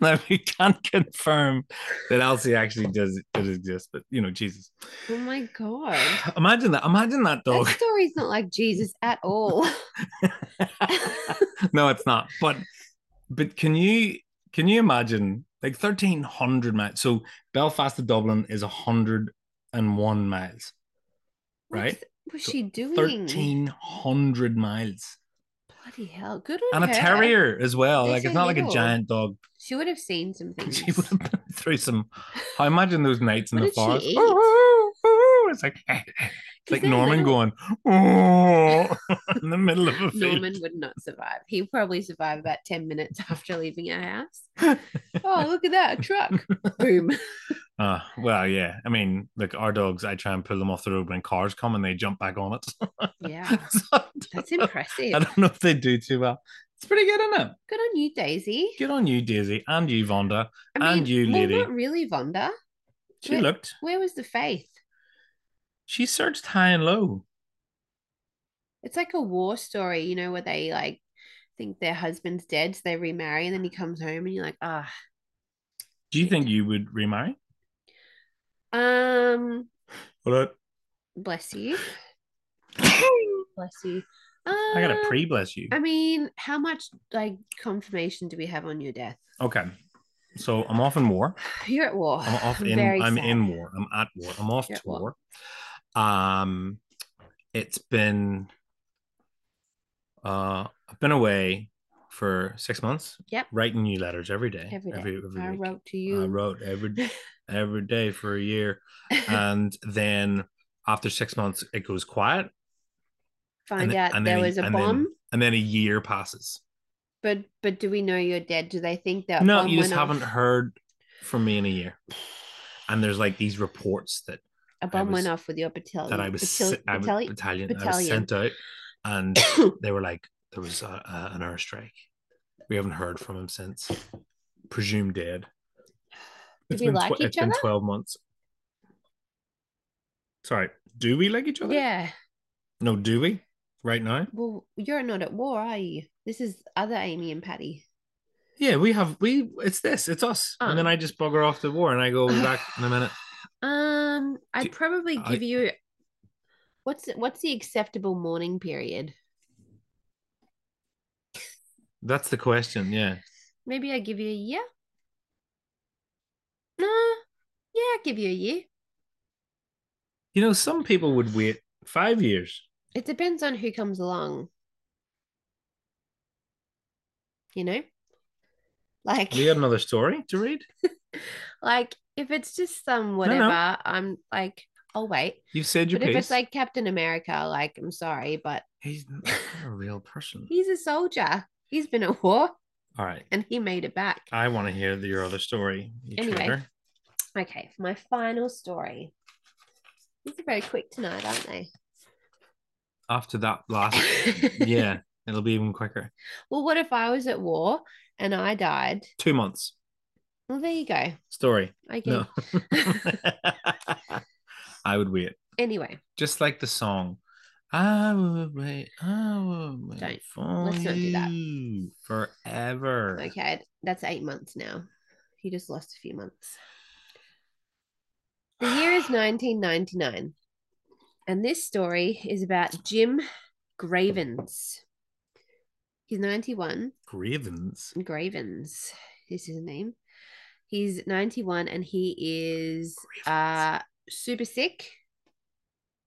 [SPEAKER 3] Now we can't confirm that Elsie actually does does exist, but you know, Jesus.
[SPEAKER 2] Oh my god.
[SPEAKER 3] Imagine that. Imagine that dog. [laughs]
[SPEAKER 2] That story's not like Jesus at all. [laughs]
[SPEAKER 3] no, it's not. But but can you can you imagine like thirteen hundred miles? So Belfast to Dublin is hundred and one miles, [laughs] right?
[SPEAKER 2] What was she doing?
[SPEAKER 3] Thirteen hundred miles,
[SPEAKER 2] Bloody hell. Good on
[SPEAKER 3] and a
[SPEAKER 2] her.
[SPEAKER 3] terrier as well.
[SPEAKER 2] They're
[SPEAKER 3] like
[SPEAKER 2] so
[SPEAKER 3] it's not like a
[SPEAKER 2] little.
[SPEAKER 3] giant dog.
[SPEAKER 2] She would have seen some things.
[SPEAKER 3] [laughs] She would have been through
[SPEAKER 2] [laughs]
[SPEAKER 3] some. I imagine those nights in
[SPEAKER 2] What
[SPEAKER 3] the
[SPEAKER 2] did she
[SPEAKER 3] forest.
[SPEAKER 2] eat? [laughs]
[SPEAKER 3] It's like it's
[SPEAKER 2] 'Cause
[SPEAKER 3] like
[SPEAKER 2] they're
[SPEAKER 3] Norman
[SPEAKER 2] little.
[SPEAKER 3] going "Oh," [laughs] in the middle of a field.
[SPEAKER 2] Norman would not survive. He probably survived about 10 minutes [laughs] after leaving our
[SPEAKER 3] [laughs]
[SPEAKER 2] house. oh, look at that, a truck. Boom.
[SPEAKER 3] Uh, well, yeah. I mean, like our dogs, I try and pull them off the road when cars come and they jump back on it. [laughs]
[SPEAKER 2] Yeah,
[SPEAKER 3] So I
[SPEAKER 2] that's impressive.
[SPEAKER 3] don't know if they do too well. It's pretty good, isn't it?
[SPEAKER 2] Good on you, Daisy.
[SPEAKER 3] Good on you, Daisy, and you, Vonda.
[SPEAKER 2] I mean,
[SPEAKER 3] and you,
[SPEAKER 2] well,
[SPEAKER 3] lady.
[SPEAKER 2] Not really, Vonda.
[SPEAKER 3] She
[SPEAKER 2] Wait.
[SPEAKER 3] looked.
[SPEAKER 2] Where was the faith?
[SPEAKER 3] She searched high and low.
[SPEAKER 2] It's like a war story, you know, where they like think their husband's dead, so they remarry, and then he comes home, and you're like, ah,
[SPEAKER 3] Do you think you would remarry?
[SPEAKER 2] um,
[SPEAKER 3] Well,
[SPEAKER 2] bless you,
[SPEAKER 3] I
[SPEAKER 2] bless you.
[SPEAKER 3] I got
[SPEAKER 2] Um,
[SPEAKER 3] a pre bless you.
[SPEAKER 2] I mean, how much like confirmation do we have on your death?
[SPEAKER 3] Okay. So I'm off in war.
[SPEAKER 2] You're at war.
[SPEAKER 3] I'm
[SPEAKER 2] [laughs]
[SPEAKER 3] off in
[SPEAKER 2] Very
[SPEAKER 3] I'm
[SPEAKER 2] sad.
[SPEAKER 3] in war. I'm at war. I'm off
[SPEAKER 2] You're
[SPEAKER 3] to
[SPEAKER 2] at war.
[SPEAKER 3] war. Um it's been uh I've been away for six months.
[SPEAKER 2] Yep.
[SPEAKER 3] Writing new letters every day.
[SPEAKER 2] Every day.
[SPEAKER 3] Every every
[SPEAKER 2] I
[SPEAKER 3] week.
[SPEAKER 2] wrote to you.
[SPEAKER 3] I wrote
[SPEAKER 2] [laughs]
[SPEAKER 3] every every day for a year. And then after six months it goes quiet.
[SPEAKER 2] Find
[SPEAKER 3] then-
[SPEAKER 2] out
[SPEAKER 3] and
[SPEAKER 2] Oh, there
[SPEAKER 3] then-
[SPEAKER 2] was a
[SPEAKER 3] and then-
[SPEAKER 2] bomb,
[SPEAKER 3] And then a year passes.
[SPEAKER 2] but but do we know you're dead? Do they think that?
[SPEAKER 3] No,
[SPEAKER 2] bomb
[SPEAKER 3] you just
[SPEAKER 2] went off-
[SPEAKER 3] haven't heard from me in a year. And there's like these reports that
[SPEAKER 2] A bomb
[SPEAKER 3] was-
[SPEAKER 2] went off with your battalion.
[SPEAKER 3] that I was,
[SPEAKER 2] batil-
[SPEAKER 3] se- I was
[SPEAKER 2] battalion-
[SPEAKER 3] battalion, I was
[SPEAKER 2] Um, battalion.
[SPEAKER 3] sent out,
[SPEAKER 2] [coughs]
[SPEAKER 3] and they were like, there was a, a, an airstrike. We haven't heard from him since. Presumed dead. It's
[SPEAKER 2] we
[SPEAKER 3] been
[SPEAKER 2] like
[SPEAKER 3] twe-
[SPEAKER 2] each
[SPEAKER 3] it's been
[SPEAKER 2] other?
[SPEAKER 3] twelve months. Sorry, do we like each other?
[SPEAKER 2] yeah.
[SPEAKER 3] No, do we? Right now?
[SPEAKER 2] Well, you're not at war, are you? This is other Amy and Patty.
[SPEAKER 3] Yeah, we have. We it's this. It's us.
[SPEAKER 2] Oh.
[SPEAKER 3] And then I just bugger off the war, and
[SPEAKER 2] [sighs]
[SPEAKER 3] I go "We'll be back in a minute.
[SPEAKER 2] Um, I'd
[SPEAKER 3] Do-
[SPEAKER 2] probably
[SPEAKER 3] I-
[SPEAKER 2] give you what's what's the acceptable mourning period?
[SPEAKER 3] That's the question. Yeah.
[SPEAKER 2] Maybe I give you a year. Nah, yeah, I'd give you a year.
[SPEAKER 3] You know, some people would wait five years.
[SPEAKER 2] It depends on who comes along. You know? Like
[SPEAKER 3] We got another story to read.
[SPEAKER 2] [laughs] like if it's just some
[SPEAKER 3] no.
[SPEAKER 2] whatever, I'm like, I'll wait.
[SPEAKER 3] You've said your
[SPEAKER 2] But if
[SPEAKER 3] piece.
[SPEAKER 2] it's like Captain America, like I'm sorry, but
[SPEAKER 3] He's not a real person.
[SPEAKER 2] he's a soldier. He's been at war
[SPEAKER 3] All right.
[SPEAKER 2] and he made it back.
[SPEAKER 3] I want to hear the- your other story. You
[SPEAKER 2] Anyway.
[SPEAKER 3] traitor.
[SPEAKER 2] Okay, for my final story. These are very quick tonight, aren't they?
[SPEAKER 3] After [laughs] that last, [laughs] yeah, it'll be even quicker.
[SPEAKER 2] [laughs] well, what if I was at war and I died?
[SPEAKER 3] Two months.
[SPEAKER 2] Well, there you go.
[SPEAKER 3] Story.
[SPEAKER 2] I gave
[SPEAKER 3] No. [laughs] I would wait.
[SPEAKER 2] Anyway,
[SPEAKER 3] Just like the song. I would wait. I would
[SPEAKER 2] Don't.
[SPEAKER 3] wait for
[SPEAKER 2] Let's not do that.
[SPEAKER 3] you forever.
[SPEAKER 2] okay, that's eight months now. He just lost a few months. The year
[SPEAKER 3] [sighs]
[SPEAKER 2] is 1999, and this story is about Jim Gravens. He's 91,
[SPEAKER 3] Grievance.
[SPEAKER 2] Gravens is his name. He's 91 and he is
[SPEAKER 3] Gravens.
[SPEAKER 2] uh super sick,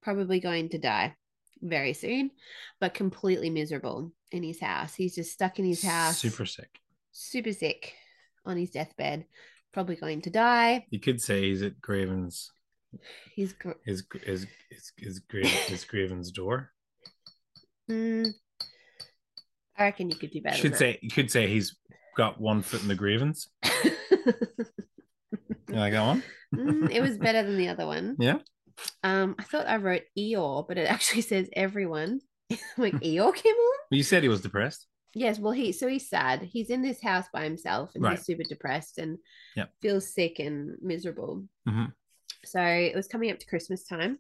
[SPEAKER 2] probably going to die very soon, but completely miserable in his house. He's just stuck in his house,
[SPEAKER 3] Super sick.
[SPEAKER 2] super sick on his deathbed, probably going to die.
[SPEAKER 3] You could say he's at Graven's
[SPEAKER 2] He's gr-
[SPEAKER 3] his his his his, gra- his Graven's door.
[SPEAKER 2] mm, I reckon you could do better.
[SPEAKER 3] should
[SPEAKER 2] than
[SPEAKER 3] say you could say he's got one foot in the grievance.
[SPEAKER 2] that.
[SPEAKER 3] You like that one?
[SPEAKER 2] [laughs] Mm, it was better than the other one.
[SPEAKER 3] [laughs] Yeah?
[SPEAKER 2] Um, I thought I wrote Eeyore, but it actually [laughs] says everyone. I'm like Eeyore came along.
[SPEAKER 3] Well, you said he was depressed. [laughs]
[SPEAKER 2] Yes, well he so he's sad. He's in this house by himself and
[SPEAKER 3] Right.
[SPEAKER 2] he's super depressed and
[SPEAKER 3] Yep.
[SPEAKER 2] feels sick and miserable.
[SPEAKER 3] Mhm.
[SPEAKER 2] So it was coming up to Christmas time,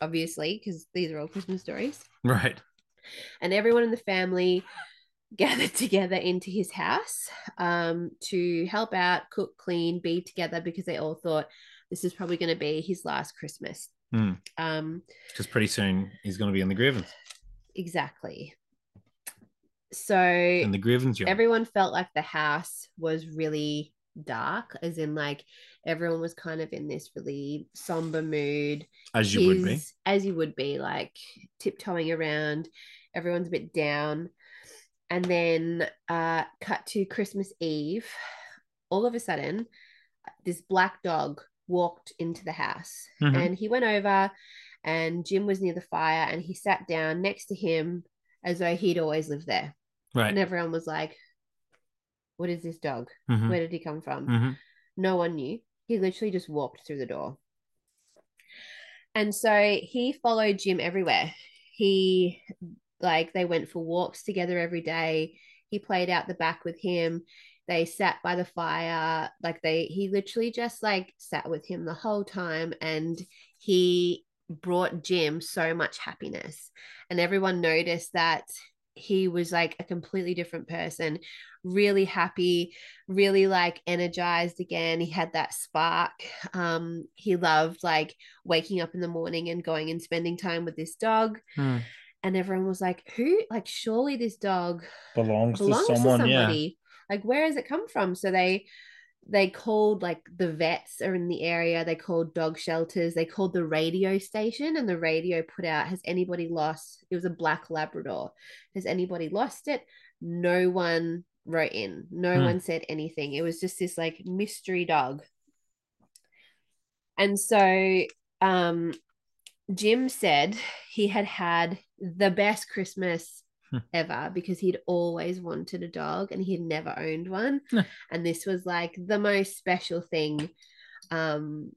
[SPEAKER 2] obviously, because these are all Christmas stories.
[SPEAKER 3] Right.
[SPEAKER 2] And everyone in the family [laughs] gathered together into his house um, to help out, cook, clean, be together because they all thought this is probably going to be his last Christmas.
[SPEAKER 3] Hmm.
[SPEAKER 2] Um,
[SPEAKER 3] Because pretty soon he's going to be in the grievance.
[SPEAKER 2] exactly. So
[SPEAKER 3] In the grievance yard.
[SPEAKER 2] everyone felt like the house was really dark, as in, like, everyone was kind of in this really somber mood.
[SPEAKER 3] as you would be.
[SPEAKER 2] is- as you would be like tiptoeing around everyone's a bit down and then uh cut to christmas eve all of a sudden this black dog walked into the house
[SPEAKER 3] Mhm.
[SPEAKER 2] and he went over and jim was near the fire and he sat down next to him as though he'd always lived there
[SPEAKER 3] Right.
[SPEAKER 2] and everyone was like what is this dog
[SPEAKER 3] Mhm.
[SPEAKER 2] where did he come from
[SPEAKER 3] Mhm.
[SPEAKER 2] no one knew. He literally just walked through the door. And so he followed Jim everywhere. He, like, they went for walks together every day. He played out the back with him. They sat by the fire. Like, they, he literally just, like, sat with him the whole time. And he brought Jim so much happiness. And everyone noticed that he was, like, a completely different person, really happy really like energized again he had that spark um he loved like waking up in the morning and going and spending time with this dog
[SPEAKER 3] Hmm.
[SPEAKER 2] and everyone was like who like surely this dog
[SPEAKER 3] Belongs,
[SPEAKER 2] belongs
[SPEAKER 3] to someone.
[SPEAKER 2] to
[SPEAKER 3] yeah.
[SPEAKER 2] somebody like where has it come from so they they called like the vets are in the area they called dog shelters they called the radio station and the radio put out has anybody lost it was a black labrador has anybody lost it no one wrote in no
[SPEAKER 3] Hmm.
[SPEAKER 2] one said anything it was just this like mystery dog and so um jim said he had had the best christmas
[SPEAKER 3] Hmm.
[SPEAKER 2] ever because he'd always wanted a dog and he'd never owned one
[SPEAKER 3] Huh.
[SPEAKER 2] and this was like the most special thing um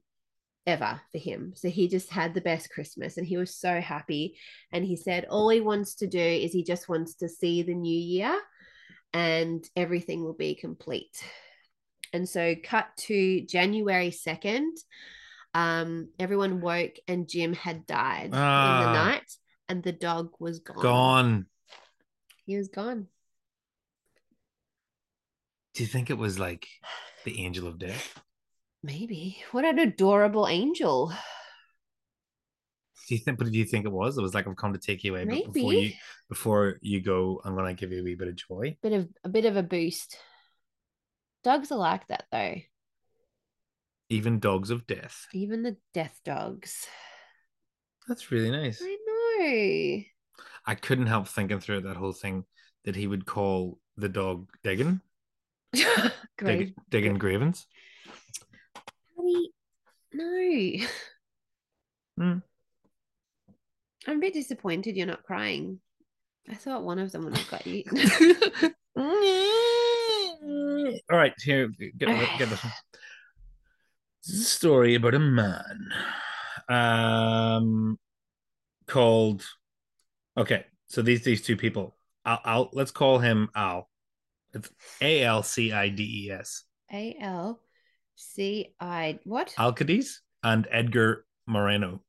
[SPEAKER 2] ever for him so he just had the best christmas and he was so happy and he said all he wants to do is he just wants to see the new year and everything will be complete and so cut to january 2nd um everyone woke and jim had died in
[SPEAKER 3] Ah.
[SPEAKER 2] the night and the dog was gone
[SPEAKER 3] Gone.
[SPEAKER 2] he was gone
[SPEAKER 3] Do you think it was like the angel of death?
[SPEAKER 2] maybe what an adorable angel
[SPEAKER 3] Do you think? But do you think it was? It was like I've come to take you away, but before
[SPEAKER 2] Maybe.
[SPEAKER 3] you before you go, I'm gonna give you a wee bit of joy.
[SPEAKER 2] bit of a bit of a boost dogs are like that though
[SPEAKER 3] Even dogs of death.
[SPEAKER 2] even the death dogs
[SPEAKER 3] That's really nice.
[SPEAKER 2] i know
[SPEAKER 3] I couldn't help thinking through that whole thing that he would call the dog Diggin, [laughs]
[SPEAKER 2] Great.
[SPEAKER 3] Dig, Diggin Gravens.
[SPEAKER 2] Honey, No.
[SPEAKER 3] Hmm.
[SPEAKER 2] I'm a bit disappointed you're not crying. I thought one of them would have got
[SPEAKER 3] [laughs]
[SPEAKER 2] you. [laughs]
[SPEAKER 3] All right, here, get, get this one. This is a story about a man um, called. Okay, so these these two people. I'll, I'll let's call him Al. It's A L C I D E S.
[SPEAKER 2] A L C I what?
[SPEAKER 3] Alcides and Edgar Moreno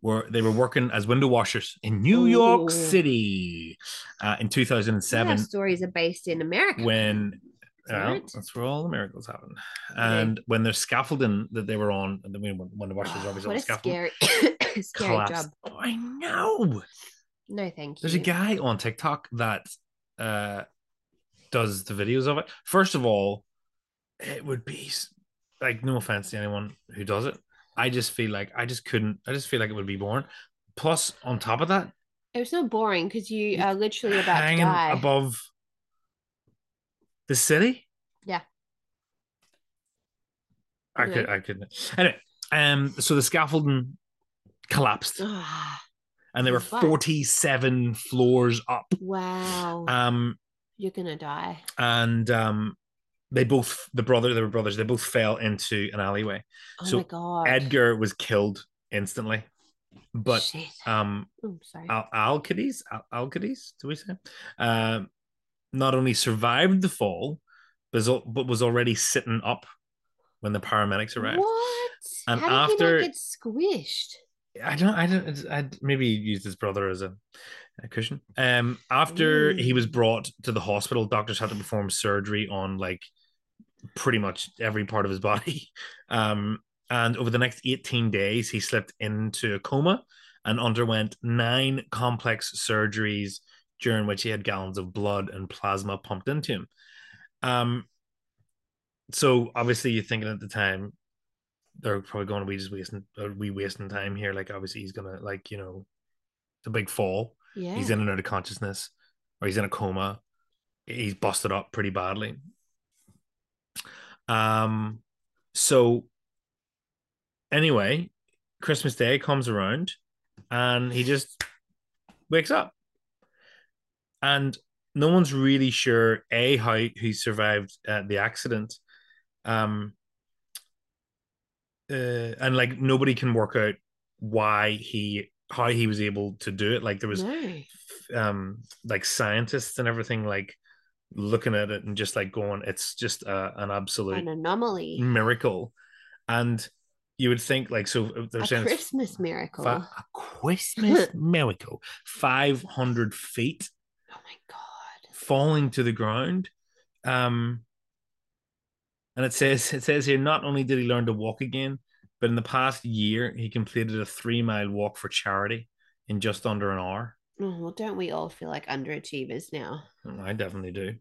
[SPEAKER 3] were they were working as window washers in New
[SPEAKER 2] Ooh.
[SPEAKER 3] York City uh, in
[SPEAKER 2] Some of our
[SPEAKER 3] 2007
[SPEAKER 2] stories are based in America.
[SPEAKER 3] when
[SPEAKER 2] Isn't
[SPEAKER 3] well,
[SPEAKER 2] it?
[SPEAKER 3] that's where all the miracles happen. And when their scaffolding that they were on, and then we when the washers
[SPEAKER 2] Oh,
[SPEAKER 3] obviously on
[SPEAKER 2] what
[SPEAKER 3] the
[SPEAKER 2] a
[SPEAKER 3] scaffold
[SPEAKER 2] scary, scary [coughs] job.
[SPEAKER 3] collapsed. I know.
[SPEAKER 2] No, thank you.
[SPEAKER 3] There's a guy on TikTok that uh does the videos of it. First of all, it would be s- like no offense to anyone who does it. I just feel like I just couldn't. I just feel like it would be boring. Plus, on top of that,
[SPEAKER 2] It was not boring because you
[SPEAKER 3] It's
[SPEAKER 2] are literally about to
[SPEAKER 3] hanging
[SPEAKER 2] die.
[SPEAKER 3] above the city.
[SPEAKER 2] Yeah.
[SPEAKER 3] I
[SPEAKER 2] Yeah.
[SPEAKER 3] could. I couldn't. Anyway, um. So the scaffolding collapsed,
[SPEAKER 2] Ah,
[SPEAKER 3] and there were
[SPEAKER 2] What?
[SPEAKER 3] forty-seven floors up.
[SPEAKER 2] wow.
[SPEAKER 3] Um.
[SPEAKER 2] you're gonna die.
[SPEAKER 3] and um, they both the brother they were brothers they both fell into an alleyway.
[SPEAKER 2] Oh
[SPEAKER 3] so
[SPEAKER 2] my god.
[SPEAKER 3] Edgar was killed instantly, but
[SPEAKER 2] Shit.
[SPEAKER 3] um,
[SPEAKER 2] Oh, sorry.
[SPEAKER 3] Al- Alcides Al- Alcides do we say um, not only survived the fall, but was, al- but was already sitting up when the paramedics arrived.
[SPEAKER 2] What?
[SPEAKER 3] And
[SPEAKER 2] How did he
[SPEAKER 3] after-
[SPEAKER 2] not get squished?
[SPEAKER 3] I don't, I don't, I'd maybe used his brother as a, a cushion. Um, after he was brought to the hospital, doctors had to perform surgery on like pretty much every part of his body. [laughs] Um, and over the next 18 days, he slipped into a coma and underwent nine complex surgeries during which he had gallons of blood and plasma pumped into him. Um, so obviously, you're thinking at the time, they're probably going to be just wasting are we wasting time here like obviously he's gonna like you know it's a big fall
[SPEAKER 2] Yeah.
[SPEAKER 3] he's in and out of consciousness or he's in a coma he's busted up pretty badly um so anyway christmas day comes around and he just wakes up and no one's really sure a how he survived uh, the accident um uh, and like nobody can work out why he how he was able to do it like there was
[SPEAKER 2] no.
[SPEAKER 3] um like scientists and everything like looking at it and just like going it's just uh, an absolute
[SPEAKER 2] an anomaly,
[SPEAKER 3] miracle and you would think like so uh, they're
[SPEAKER 2] a
[SPEAKER 3] saying it's
[SPEAKER 2] Christmas miracle.
[SPEAKER 3] fi- a
[SPEAKER 2] [laughs]
[SPEAKER 3] Christmas miracle 500 feet
[SPEAKER 2] oh my god.
[SPEAKER 3] falling to the ground. Um, and it says it says here not only did he learn to walk again, but in the past year he completed a three mile walk for charity in just under an hour.
[SPEAKER 2] Oh, well, don't we all feel like underachievers now?
[SPEAKER 3] And I definitely do.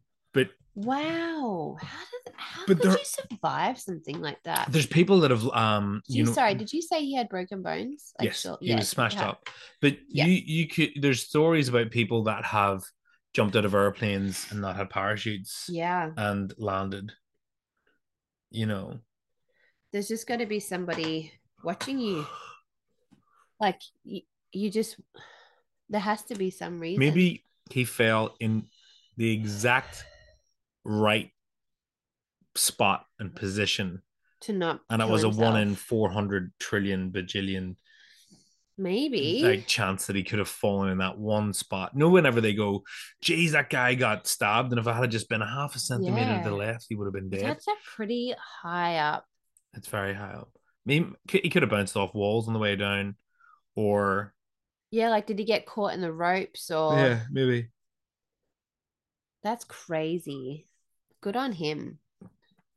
[SPEAKER 2] Wow. How did how
[SPEAKER 3] But
[SPEAKER 2] could
[SPEAKER 3] there-
[SPEAKER 2] you survive something like that?
[SPEAKER 3] There's people that have um
[SPEAKER 2] Do
[SPEAKER 3] you know
[SPEAKER 2] sorry, did you say he had broken bones?
[SPEAKER 3] yes
[SPEAKER 2] sure-
[SPEAKER 3] he
[SPEAKER 2] yeah,
[SPEAKER 3] was smashed
[SPEAKER 2] how-
[SPEAKER 3] up, but
[SPEAKER 2] Yeah.
[SPEAKER 3] you you could there's stories about people that have jumped out of airplanes and not had parachutes
[SPEAKER 2] Yeah.
[SPEAKER 3] and landed. You know,
[SPEAKER 2] There's just gotta be somebody watching you. Like you, you just there has to be some reason.
[SPEAKER 3] Maybe he fell in the exact right spot and position,
[SPEAKER 2] to not
[SPEAKER 3] and it
[SPEAKER 2] kill
[SPEAKER 3] was a one in
[SPEAKER 2] himself.
[SPEAKER 3] four hundred trillion bajillion
[SPEAKER 2] maybe
[SPEAKER 3] like chance that he could have fallen in that one spot. No, whenever they go, geez, that guy got stabbed, and if I had just been a half a centimeter to
[SPEAKER 2] Yeah.
[SPEAKER 3] the left, he would have been dead.
[SPEAKER 2] that's a pretty high up.
[SPEAKER 3] It's very high up. I mean, c- he could have bounced off walls on the way down, or
[SPEAKER 2] Yeah, like did he get caught in the ropes or
[SPEAKER 3] maybe.
[SPEAKER 2] that's crazy. Good on him.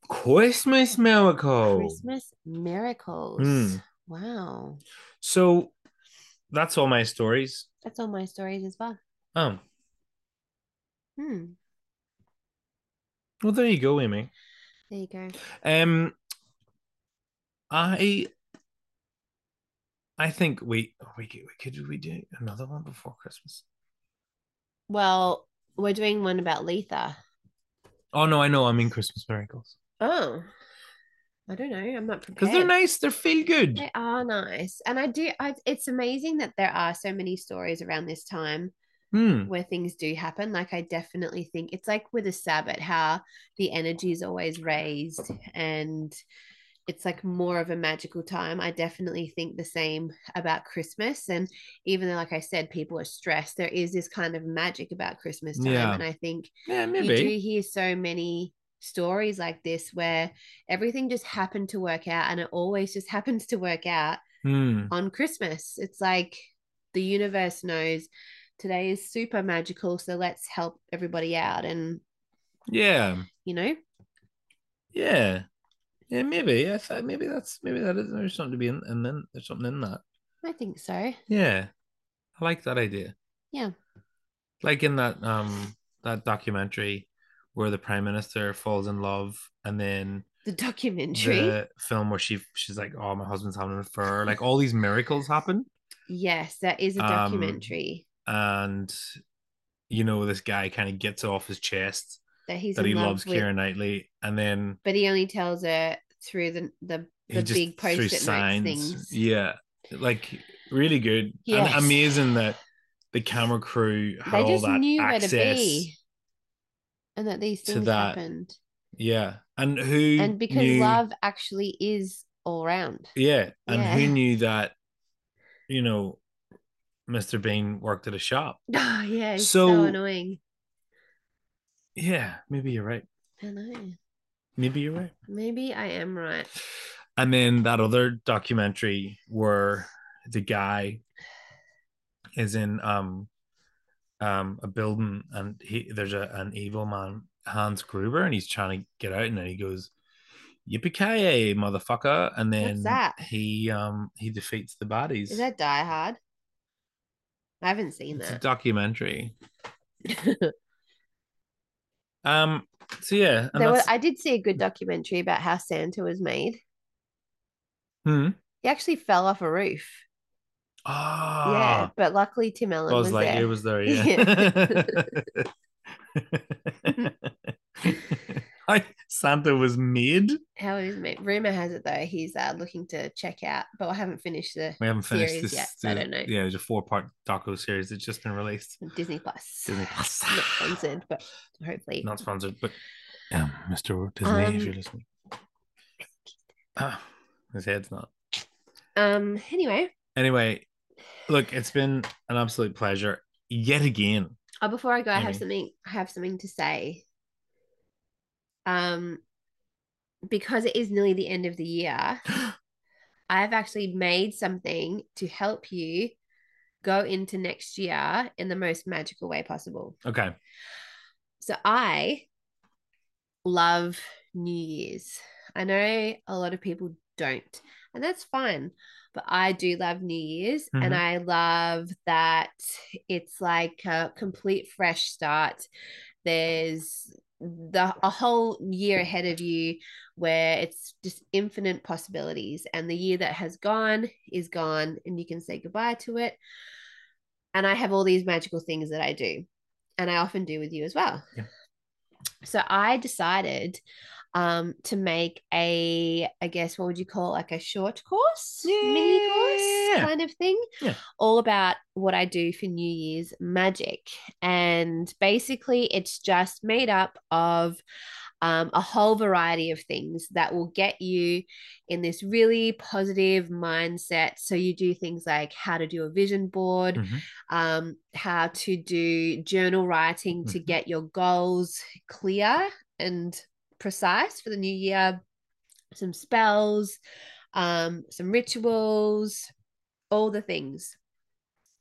[SPEAKER 3] Christmas miracle.
[SPEAKER 2] Christmas miracles.
[SPEAKER 3] Mm.
[SPEAKER 2] Wow.
[SPEAKER 3] So that's all my stories.
[SPEAKER 2] That's all my stories as well.
[SPEAKER 3] Oh,
[SPEAKER 2] Hmm.
[SPEAKER 3] well, there you go, Amy.
[SPEAKER 2] There you go.
[SPEAKER 3] Um, I, I think we we could we could we do another one before Christmas.
[SPEAKER 2] Well, we're doing one about Letha.
[SPEAKER 3] Oh no, I know. I mean Christmas miracles
[SPEAKER 2] Oh. I don't know. I'm not prepared.
[SPEAKER 3] because they're nice. They feel good.
[SPEAKER 2] They are nice. And I do I, it's amazing that there are so many stories around this time
[SPEAKER 3] Hmm.
[SPEAKER 2] where things do happen. Like I definitely think it's like with a Sabbath, how the energy is always raised and it's like more of a magical time. I definitely think the same about Christmas. And even though, like I said, people are stressed, there is this kind of magic about Christmas time.
[SPEAKER 3] Yeah.
[SPEAKER 2] And I think
[SPEAKER 3] Yeah,
[SPEAKER 2] you do
[SPEAKER 3] maybe.
[SPEAKER 2] hear so many stories like this where everything just happened to work out and it always just happens to work out
[SPEAKER 3] Hmm.
[SPEAKER 2] on Christmas. It's like the universe knows today is super magical, so let's help everybody out. And
[SPEAKER 3] Yeah.
[SPEAKER 2] you know,
[SPEAKER 3] Yeah. Yeah. Maybe. I thought maybe that's maybe that is there's something to be in and then there's something in that.
[SPEAKER 2] I think so.
[SPEAKER 3] Yeah. I like that idea.
[SPEAKER 2] Yeah.
[SPEAKER 3] Like in that um that documentary where the prime minister falls in love and then
[SPEAKER 2] The documentary,
[SPEAKER 3] the film where she she's like, Oh, my husband's having an affair. Like all these miracles happen.
[SPEAKER 2] yes, that is a
[SPEAKER 3] Um,
[SPEAKER 2] documentary
[SPEAKER 3] And you know, this guy kind of gets off his chest
[SPEAKER 2] that he's
[SPEAKER 3] that
[SPEAKER 2] in
[SPEAKER 3] he
[SPEAKER 2] love
[SPEAKER 3] loves
[SPEAKER 2] with,
[SPEAKER 3] Kieran Knightley and then
[SPEAKER 2] but he only tells her through the the,
[SPEAKER 3] he
[SPEAKER 2] the
[SPEAKER 3] just
[SPEAKER 2] big
[SPEAKER 3] through
[SPEAKER 2] post-it note things.
[SPEAKER 3] Yeah. Like really good.
[SPEAKER 2] Yes.
[SPEAKER 3] And amazing that the camera crew had
[SPEAKER 2] They
[SPEAKER 3] all
[SPEAKER 2] just
[SPEAKER 3] that
[SPEAKER 2] knew
[SPEAKER 3] access.
[SPEAKER 2] where to be, and that these
[SPEAKER 3] to
[SPEAKER 2] things
[SPEAKER 3] that.
[SPEAKER 2] happened,
[SPEAKER 3] Yeah, and who
[SPEAKER 2] and because
[SPEAKER 3] knew,
[SPEAKER 2] love actually is all round.
[SPEAKER 3] yeah, and
[SPEAKER 2] Yeah.
[SPEAKER 3] who knew that, you know, Mister Bean worked at a shop.
[SPEAKER 2] Oh, [sighs] yeah, it's so
[SPEAKER 3] So-
[SPEAKER 2] annoying.
[SPEAKER 3] Yeah, maybe you're right.
[SPEAKER 2] I know.
[SPEAKER 3] Maybe you're right.
[SPEAKER 2] Maybe I am right.
[SPEAKER 3] And then that other documentary where the guy is in um um a building and he there's a an evil man Hans Gruber and he's trying to get out and then he goes yippee ki motherfucker and then
[SPEAKER 2] that?
[SPEAKER 3] he um he defeats the baddies.
[SPEAKER 2] Is that Die Hard? I haven't seen
[SPEAKER 3] it's a
[SPEAKER 2] that.
[SPEAKER 3] documentary.
[SPEAKER 2] [laughs]
[SPEAKER 3] Um. So yeah, and
[SPEAKER 2] there were,
[SPEAKER 3] that's-
[SPEAKER 2] I did see a good documentary about how Santa was made.
[SPEAKER 3] hmm.
[SPEAKER 2] He actually fell off a roof.
[SPEAKER 3] Ah,
[SPEAKER 2] Yeah, but luckily Tim
[SPEAKER 3] I
[SPEAKER 2] Allen was,
[SPEAKER 3] was like,
[SPEAKER 2] there.
[SPEAKER 3] it was there.
[SPEAKER 2] [laughs]
[SPEAKER 3] Yeah. I, Santa was made.
[SPEAKER 2] How it is made. Rumor has it though he's uh, looking to check out, but I haven't finished the
[SPEAKER 3] We haven't finished
[SPEAKER 2] Series
[SPEAKER 3] this. uh,
[SPEAKER 2] yet, so I don't know.
[SPEAKER 3] Yeah, it's a four-part doco series that's just been released.
[SPEAKER 2] Disney Plus.
[SPEAKER 3] Disney
[SPEAKER 2] [sighs]
[SPEAKER 3] Plus.
[SPEAKER 2] Not sponsored, but hopefully.
[SPEAKER 3] Not sponsored, but um, Mr. Disney,
[SPEAKER 2] Um,
[SPEAKER 3] if you're listening, ah, his head's not.
[SPEAKER 2] Um. Anyway,
[SPEAKER 3] Anyway, look, it's been an absolute pleasure yet again.
[SPEAKER 2] oh, before I go, I have
[SPEAKER 3] Mhm.
[SPEAKER 2] something. I have something to say. Um, because it is nearly the end of the year, I've actually made something to help you go into next year in the most magical way possible.
[SPEAKER 3] Okay.
[SPEAKER 2] So I love New Year's. I know a lot of people don't, and that's fine. But I do love New Year's, and
[SPEAKER 3] Mhm.
[SPEAKER 2] I love that it's like a complete fresh start. There's the a whole year ahead of you where it's just infinite possibilities, and the year that has gone is gone, and you can say goodbye to it. And I have all these magical things that I do, and I often do with you as well.
[SPEAKER 3] Yeah.
[SPEAKER 2] So I decided um to make a I guess what would you call it, like a short course, mini course
[SPEAKER 3] Yeah.
[SPEAKER 2] kind of thing.
[SPEAKER 3] Yeah.
[SPEAKER 2] All about what I do for New Year's magic. And basically it's just made up of um, a whole variety of things that will get you in this really positive mindset. So, you do things like how to do a vision board,
[SPEAKER 3] Mhm.
[SPEAKER 2] um, how to do journal writing to
[SPEAKER 3] Mhm.
[SPEAKER 2] get your goals clear and precise for the new year, some spells, um, some rituals, all the things.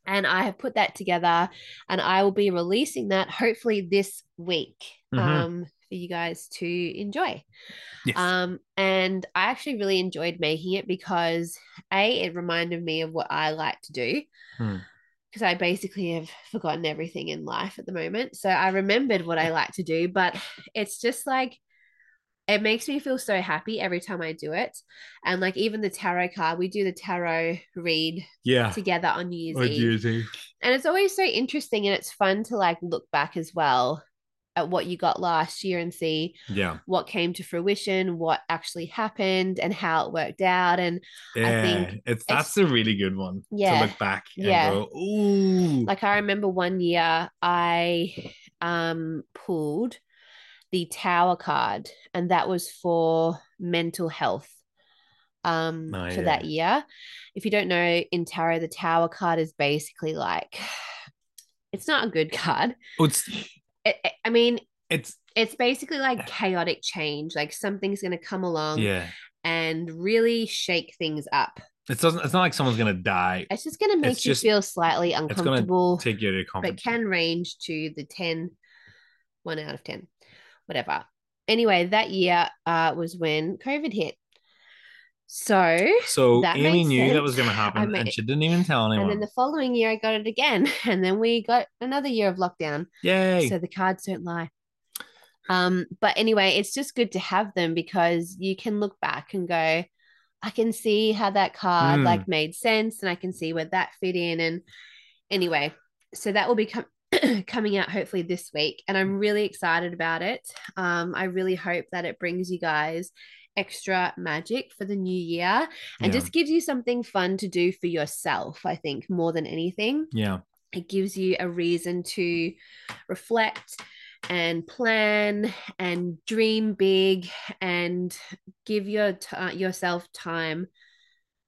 [SPEAKER 2] And I have put that together and I will be releasing that hopefully this week
[SPEAKER 3] Mhm.
[SPEAKER 2] um, for you guys to enjoy.
[SPEAKER 3] Yes.
[SPEAKER 2] Um, and I actually really enjoyed making it because A, it reminded me of what I like to do.
[SPEAKER 3] Hmm.
[SPEAKER 2] Because I basically have forgotten everything in life at the moment. So I remembered what I like to do, but it's just like it makes me feel so happy every time I do it. And like even the tarot card, we do the tarot read
[SPEAKER 3] yeah.
[SPEAKER 2] together on New Year's
[SPEAKER 3] Or
[SPEAKER 2] Eve
[SPEAKER 3] Tuesday.
[SPEAKER 2] and it's always so interesting and it's fun to like look back as well at what you got last year and see
[SPEAKER 3] Yeah.
[SPEAKER 2] what came to fruition what actually happened and how it worked out and
[SPEAKER 3] Yeah,
[SPEAKER 2] think
[SPEAKER 3] it's that's a really good one
[SPEAKER 2] Yeah.
[SPEAKER 3] to look back and
[SPEAKER 2] Yeah.
[SPEAKER 3] go, ooh,
[SPEAKER 2] like i remember one year i um pulled the tower card and that was for mental health um
[SPEAKER 3] Oh,
[SPEAKER 2] for that year if you don't know in tarot the tower card is basically like it's not a good [laughs] card
[SPEAKER 3] Oh, it's
[SPEAKER 2] it, it- i mean
[SPEAKER 3] it's
[SPEAKER 2] it's basically like chaotic change like something's going to come along
[SPEAKER 3] yeah.
[SPEAKER 2] and really shake things up
[SPEAKER 3] It doesn't. It's not like someone's gonna die.
[SPEAKER 2] it's just going to make
[SPEAKER 3] It's
[SPEAKER 2] you
[SPEAKER 3] just-
[SPEAKER 2] feel slightly
[SPEAKER 3] gonna
[SPEAKER 2] uncomfortable
[SPEAKER 3] Take you to
[SPEAKER 2] but
[SPEAKER 3] comfort.
[SPEAKER 2] can range to the 10 1 out of 10 whatever anyway that year uh, was when covid hit so
[SPEAKER 3] So
[SPEAKER 2] that
[SPEAKER 3] Amy
[SPEAKER 2] makes
[SPEAKER 3] knew that
[SPEAKER 2] sense.
[SPEAKER 3] was gonna
[SPEAKER 2] I
[SPEAKER 3] happen,
[SPEAKER 2] mean-
[SPEAKER 3] and she didn't even tell
[SPEAKER 2] and
[SPEAKER 3] anyone.
[SPEAKER 2] then the following year i got it again [laughs] and then we got another year of lockdown
[SPEAKER 3] Yay!
[SPEAKER 2] So the cards don't lie. Um, but anyway, it's just good to have them because you can look back and go, I can see how that card
[SPEAKER 3] Mm.
[SPEAKER 2] like made sense and I can see where that fit in. And anyway, so that will be com- [clears throat] coming out hopefully this week. And I'm really excited about it. Um, I really hope that it brings you guys extra magic for the new year and
[SPEAKER 3] yeah.
[SPEAKER 2] just gives you something fun to do for yourself, I think, more than anything
[SPEAKER 3] yeah,
[SPEAKER 2] it gives you a reason to reflect and plan and dream big and give your ti yourself time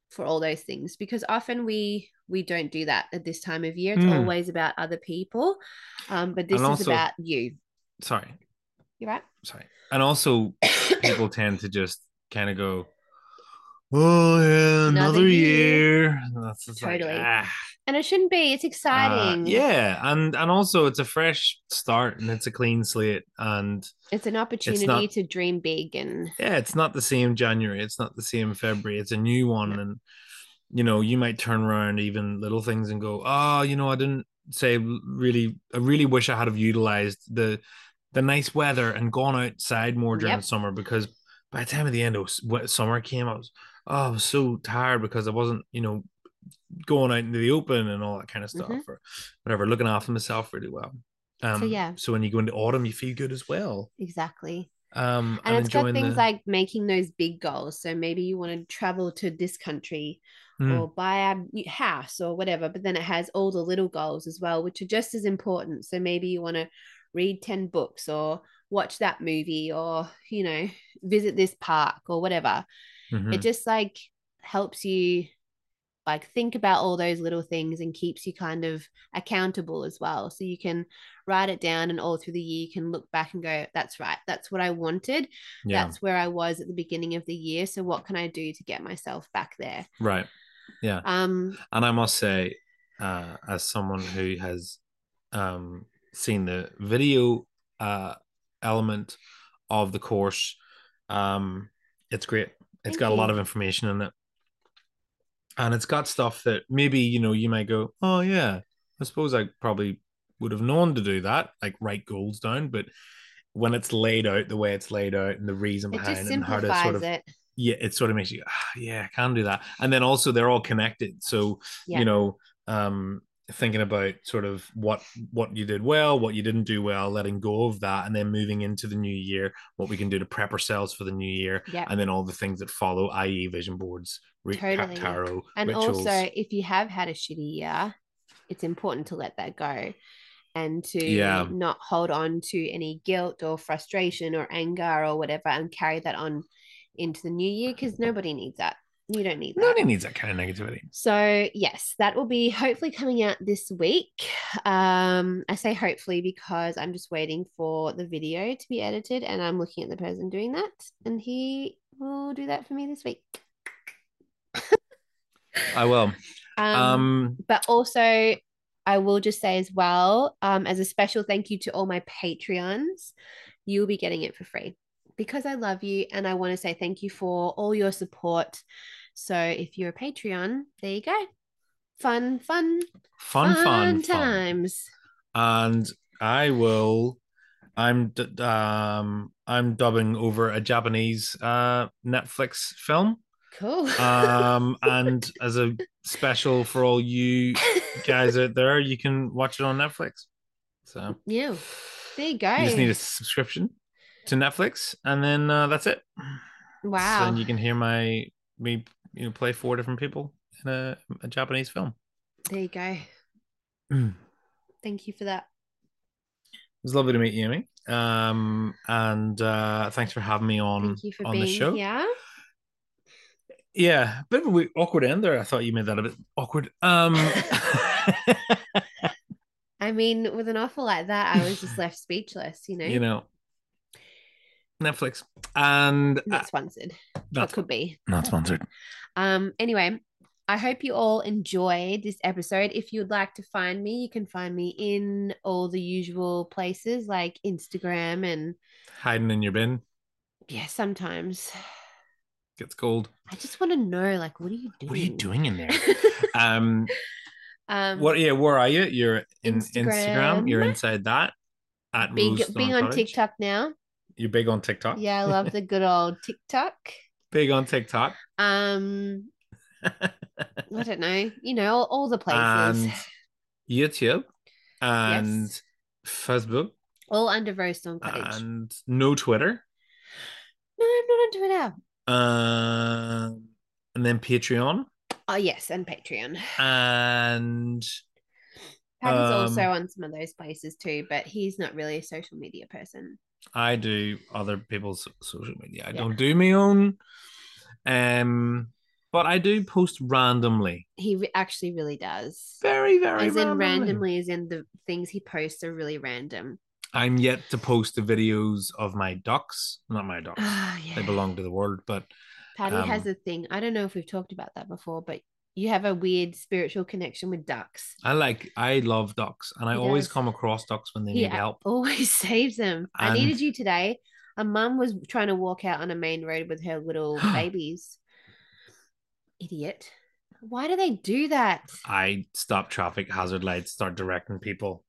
[SPEAKER 2] for all those things because often we we don't do that at this time of year it's
[SPEAKER 3] Hmm.
[SPEAKER 2] always about other people um but this
[SPEAKER 3] And
[SPEAKER 2] is
[SPEAKER 3] also-
[SPEAKER 2] about you
[SPEAKER 3] Sorry,
[SPEAKER 2] you're right
[SPEAKER 3] sorry. And also, people tend to just kind of go, Oh, yeah, another,
[SPEAKER 2] Another
[SPEAKER 3] year.
[SPEAKER 2] year.
[SPEAKER 3] And That's just
[SPEAKER 2] Totally.
[SPEAKER 3] Like, ah.
[SPEAKER 2] [coughs] And it shouldn't be. It's exciting.
[SPEAKER 3] Uh, yeah, and and also it's a fresh start and it's a clean slate and
[SPEAKER 2] It's an opportunity
[SPEAKER 3] not-
[SPEAKER 2] to dream big and
[SPEAKER 3] yeah, it's not the same January, it's not the same February, it's a new one and you know, you might turn around even little things and go, "Oh, you know, I didn't say really I really wish I had have utilized the the nice weather and gone outside more during
[SPEAKER 2] Yep.
[SPEAKER 3] the summer because by the time of the end of s- wet summer came, I was oh, I was so tired because I wasn't, you know, going out into the open and all that kind of stuff
[SPEAKER 2] Mhm.
[SPEAKER 3] or whatever, looking after myself really well. Um,
[SPEAKER 2] yeah.
[SPEAKER 3] So when you go into autumn, you feel good as well.
[SPEAKER 2] exactly.
[SPEAKER 3] Um,
[SPEAKER 2] And, it's got
[SPEAKER 3] enjoying
[SPEAKER 2] things
[SPEAKER 3] the-
[SPEAKER 2] like making those big goals. So maybe you want to travel to this country
[SPEAKER 3] Mm,
[SPEAKER 2] or buy a new house or whatever. But then it has all the little goals as well, which are just as important. So maybe you want to read 10 books or watch that movie or, you know, visit this park or whatever.
[SPEAKER 3] mhm.
[SPEAKER 2] It just like helps you like think about all those little things and keeps you kind of accountable as well. So you can write it down and all through the year you can look back and go, that's right. That's what I wanted.
[SPEAKER 3] yeah,
[SPEAKER 2] That's where I was at the beginning of the year. So what can I do to get myself back there?
[SPEAKER 3] right.
[SPEAKER 2] Um
[SPEAKER 3] And I must say, uh, as someone who has um, seen the video uh, element of the course, um, it's great. It's
[SPEAKER 2] Thank
[SPEAKER 3] got a lot
[SPEAKER 2] you.
[SPEAKER 3] of information in it. And it's got stuff that maybe, you know, you might go, oh, yeah, I suppose I probably would have known to do that, like write goals down. But when it's laid out the way it's laid out and the reason
[SPEAKER 2] it
[SPEAKER 3] behind
[SPEAKER 2] just
[SPEAKER 3] it and how to
[SPEAKER 2] simplifies
[SPEAKER 3] sort of
[SPEAKER 2] it.
[SPEAKER 3] yeah, it sort of makes you, ah, yeah, I can do that. And then also they're all connected. So,
[SPEAKER 2] Yeah.
[SPEAKER 3] you know, um, thinking about sort of what what you did well, what you didn't do well, letting go of that, and then moving into the new year, what we can do to prep ourselves for the new year,
[SPEAKER 2] Yeah.
[SPEAKER 3] and then all the things that follow, i.e., vision boards, re- ta-
[SPEAKER 2] Totally.
[SPEAKER 3] tarot,
[SPEAKER 2] And
[SPEAKER 3] rituals.
[SPEAKER 2] also if you have had a shitty year, it's important to let that go and to
[SPEAKER 3] Yeah.
[SPEAKER 2] not hold on to any guilt or frustration or anger or whatever and carry that on into the new year because nobody needs that. You don't need that.
[SPEAKER 3] nobody needs that kind of negativity.
[SPEAKER 2] So yes, that will be hopefully coming out this week. Um, I say hopefully because I'm just waiting for the video to be edited, and I'm looking at the person doing that, and he will do that for me this week.
[SPEAKER 3] I will.
[SPEAKER 2] Um,
[SPEAKER 3] Um,
[SPEAKER 2] but also, I will just say as well, um, as a special thank you to all my Patreons, you'll be getting it for free because I love you, and I want to say thank you for all your support. So if you're a Patreon, there you go. Fun, fun,
[SPEAKER 3] fun, fun, fun.
[SPEAKER 2] times.
[SPEAKER 3] and I will. I'm d- um I'm dubbing over a Japanese uh Netflix film.
[SPEAKER 2] Cool.
[SPEAKER 3] Um, and as a special for all you guys out there, you can watch it on Netflix. So
[SPEAKER 2] [laughs] yeah, there you go.
[SPEAKER 3] you just need a subscription to Netflix, and then uh, that's it.
[SPEAKER 2] wow.
[SPEAKER 3] and you can hear my me you know play four different people in a, a Japanese film.
[SPEAKER 2] there you go.
[SPEAKER 3] Mm.
[SPEAKER 2] Thank you for that.
[SPEAKER 3] It was lovely to meet you, Amy. Um, and uh, thanks for having me on
[SPEAKER 2] Thank you for
[SPEAKER 3] on
[SPEAKER 2] being
[SPEAKER 3] the show.
[SPEAKER 2] here.
[SPEAKER 3] Yeah, bit of a weird, awkward end there. I thought you made that a bit awkward.
[SPEAKER 2] [laughs]
[SPEAKER 3] Um, [laughs]
[SPEAKER 2] I mean, with an offer like that, I was just left speechless, you know.
[SPEAKER 3] you know, Netflix and uh,
[SPEAKER 2] not sponsored. What
[SPEAKER 3] not,
[SPEAKER 2] could be.
[SPEAKER 3] not sponsored.
[SPEAKER 2] Um, anyway, I hope you all enjoyed this episode. If you'd like to find me, you can find me in all the usual places like Instagram and
[SPEAKER 3] Hiding in your bin
[SPEAKER 2] yeah, sometimes
[SPEAKER 3] gets cold.
[SPEAKER 2] I just want to know like what are you doing?
[SPEAKER 3] What are you doing in there? [laughs]
[SPEAKER 2] [laughs]
[SPEAKER 3] Um,
[SPEAKER 2] um
[SPEAKER 3] what? Yeah, where are you? You're in Instagram.
[SPEAKER 2] Instagram.
[SPEAKER 3] You're inside that. At
[SPEAKER 2] big
[SPEAKER 3] Rose Thorne
[SPEAKER 2] being on
[SPEAKER 3] Cottage.
[SPEAKER 2] TikTok now.
[SPEAKER 3] You're big on TikTok.
[SPEAKER 2] Yeah, I love the good old TikTok.
[SPEAKER 3] big on TikTok. [laughs]
[SPEAKER 2] Um, I don't know, you know, all, all the places,
[SPEAKER 3] and YouTube and Facebook
[SPEAKER 2] all under Rose Dawn Cottage.
[SPEAKER 3] and no Twitter.
[SPEAKER 2] no, I'm not on Twitter.
[SPEAKER 3] Um, and then Patreon
[SPEAKER 2] Oh yes, and Patreon.
[SPEAKER 3] and
[SPEAKER 2] Patty's
[SPEAKER 3] Um,
[SPEAKER 2] also on some of those places too, but he's not really a social media person.
[SPEAKER 3] I do other people's social media. I
[SPEAKER 2] Yeah.
[SPEAKER 3] don't do my own. Um, but I do post randomly.
[SPEAKER 2] He re- actually really does.
[SPEAKER 3] Very, very
[SPEAKER 2] As in
[SPEAKER 3] randomly.
[SPEAKER 2] randomly, as in the things he posts are really random. [sighs]
[SPEAKER 3] I'm yet to post the videos of my ducks. Not my ducks.
[SPEAKER 2] Ah, yeah.
[SPEAKER 3] They belong to the world, but
[SPEAKER 2] Patty
[SPEAKER 3] Um,
[SPEAKER 2] has a thing. I don't know if we've talked about that before, but you have a weird spiritual connection with ducks.
[SPEAKER 3] I like, I love ducks, and I
[SPEAKER 2] He
[SPEAKER 3] always
[SPEAKER 2] does.
[SPEAKER 3] come across ducks when they
[SPEAKER 2] He
[SPEAKER 3] need help.
[SPEAKER 2] Always [laughs] saves them. I
[SPEAKER 3] And-
[SPEAKER 2] needed you today. A mum was trying to walk out on a main road with her
[SPEAKER 3] [gasps]
[SPEAKER 2] little babies. Idiot. Why do they do that?
[SPEAKER 3] I stop traffic hazard lights, start directing people,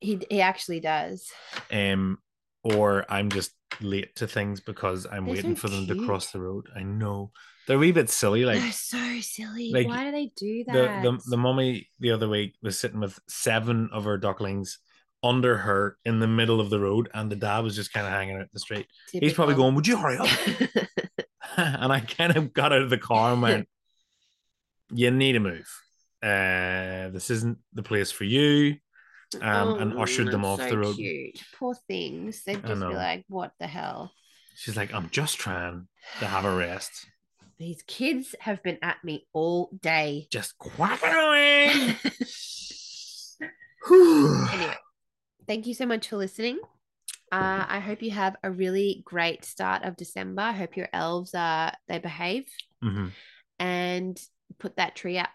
[SPEAKER 2] He he actually does.
[SPEAKER 3] um, or I'm just late to things because I'm
[SPEAKER 2] They're so
[SPEAKER 3] waiting for them to
[SPEAKER 2] cute.
[SPEAKER 3] cross the road. I know they're a wee bit silly, like.
[SPEAKER 2] They're so silly.
[SPEAKER 3] like,
[SPEAKER 2] Why do they do
[SPEAKER 3] the
[SPEAKER 2] that?
[SPEAKER 3] the the mummy the other week was sitting with seven of her ducklings under her in the middle of the road, and the dad was just kind of hanging out the street. He's probably
[SPEAKER 2] Typical. [laughs]
[SPEAKER 3] going, "Would you hurry up?" [laughs] and I kind of got out of the car
[SPEAKER 2] [laughs]
[SPEAKER 3] and went, "You need to move. Uh, this isn't the place for you." Um, and
[SPEAKER 2] Oh,
[SPEAKER 3] ushered them
[SPEAKER 2] that's
[SPEAKER 3] off
[SPEAKER 2] so
[SPEAKER 3] the road.
[SPEAKER 2] Cute. Poor things. They'd
[SPEAKER 3] I
[SPEAKER 2] just be
[SPEAKER 3] know.
[SPEAKER 2] like, "What the hell?"
[SPEAKER 3] She's like, "I'm just trying to have a rest,
[SPEAKER 2] These kids have been at me all day.
[SPEAKER 3] just
[SPEAKER 2] [laughs]
[SPEAKER 3] quacking away."
[SPEAKER 2] anyway, thank you so much for listening. Uh, I hope you have a really great start of December. I hope your elves are they behave
[SPEAKER 3] Mhm.
[SPEAKER 2] and put that tree up.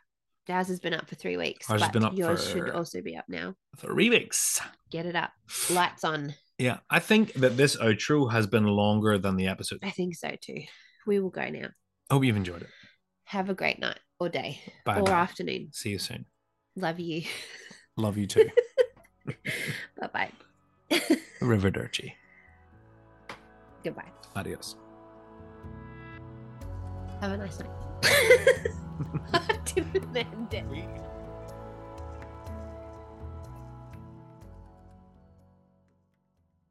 [SPEAKER 2] Ours has been up for three weeks,
[SPEAKER 3] Ours has
[SPEAKER 2] but
[SPEAKER 3] been up
[SPEAKER 2] yours should
[SPEAKER 3] for-
[SPEAKER 2] also be up now.
[SPEAKER 3] Three weeks.
[SPEAKER 2] Get it up. Lights on.
[SPEAKER 3] Yeah, I think that this outro has been longer than the episode.
[SPEAKER 2] I think so too. We will go now.
[SPEAKER 3] Hope you've enjoyed it.
[SPEAKER 2] Have a great night or day
[SPEAKER 3] Bye.
[SPEAKER 2] or
[SPEAKER 3] bye.
[SPEAKER 2] afternoon.
[SPEAKER 3] See you soon.
[SPEAKER 2] Love you. [laughs]
[SPEAKER 3] Love you too.
[SPEAKER 2] bye bye.
[SPEAKER 3] River Dirty.
[SPEAKER 2] [laughs] Goodbye.
[SPEAKER 3] Adios.
[SPEAKER 2] [laughs]
[SPEAKER 3] [laughs]
[SPEAKER 2] Have a nice night. I didn't end it.
[SPEAKER 3] We-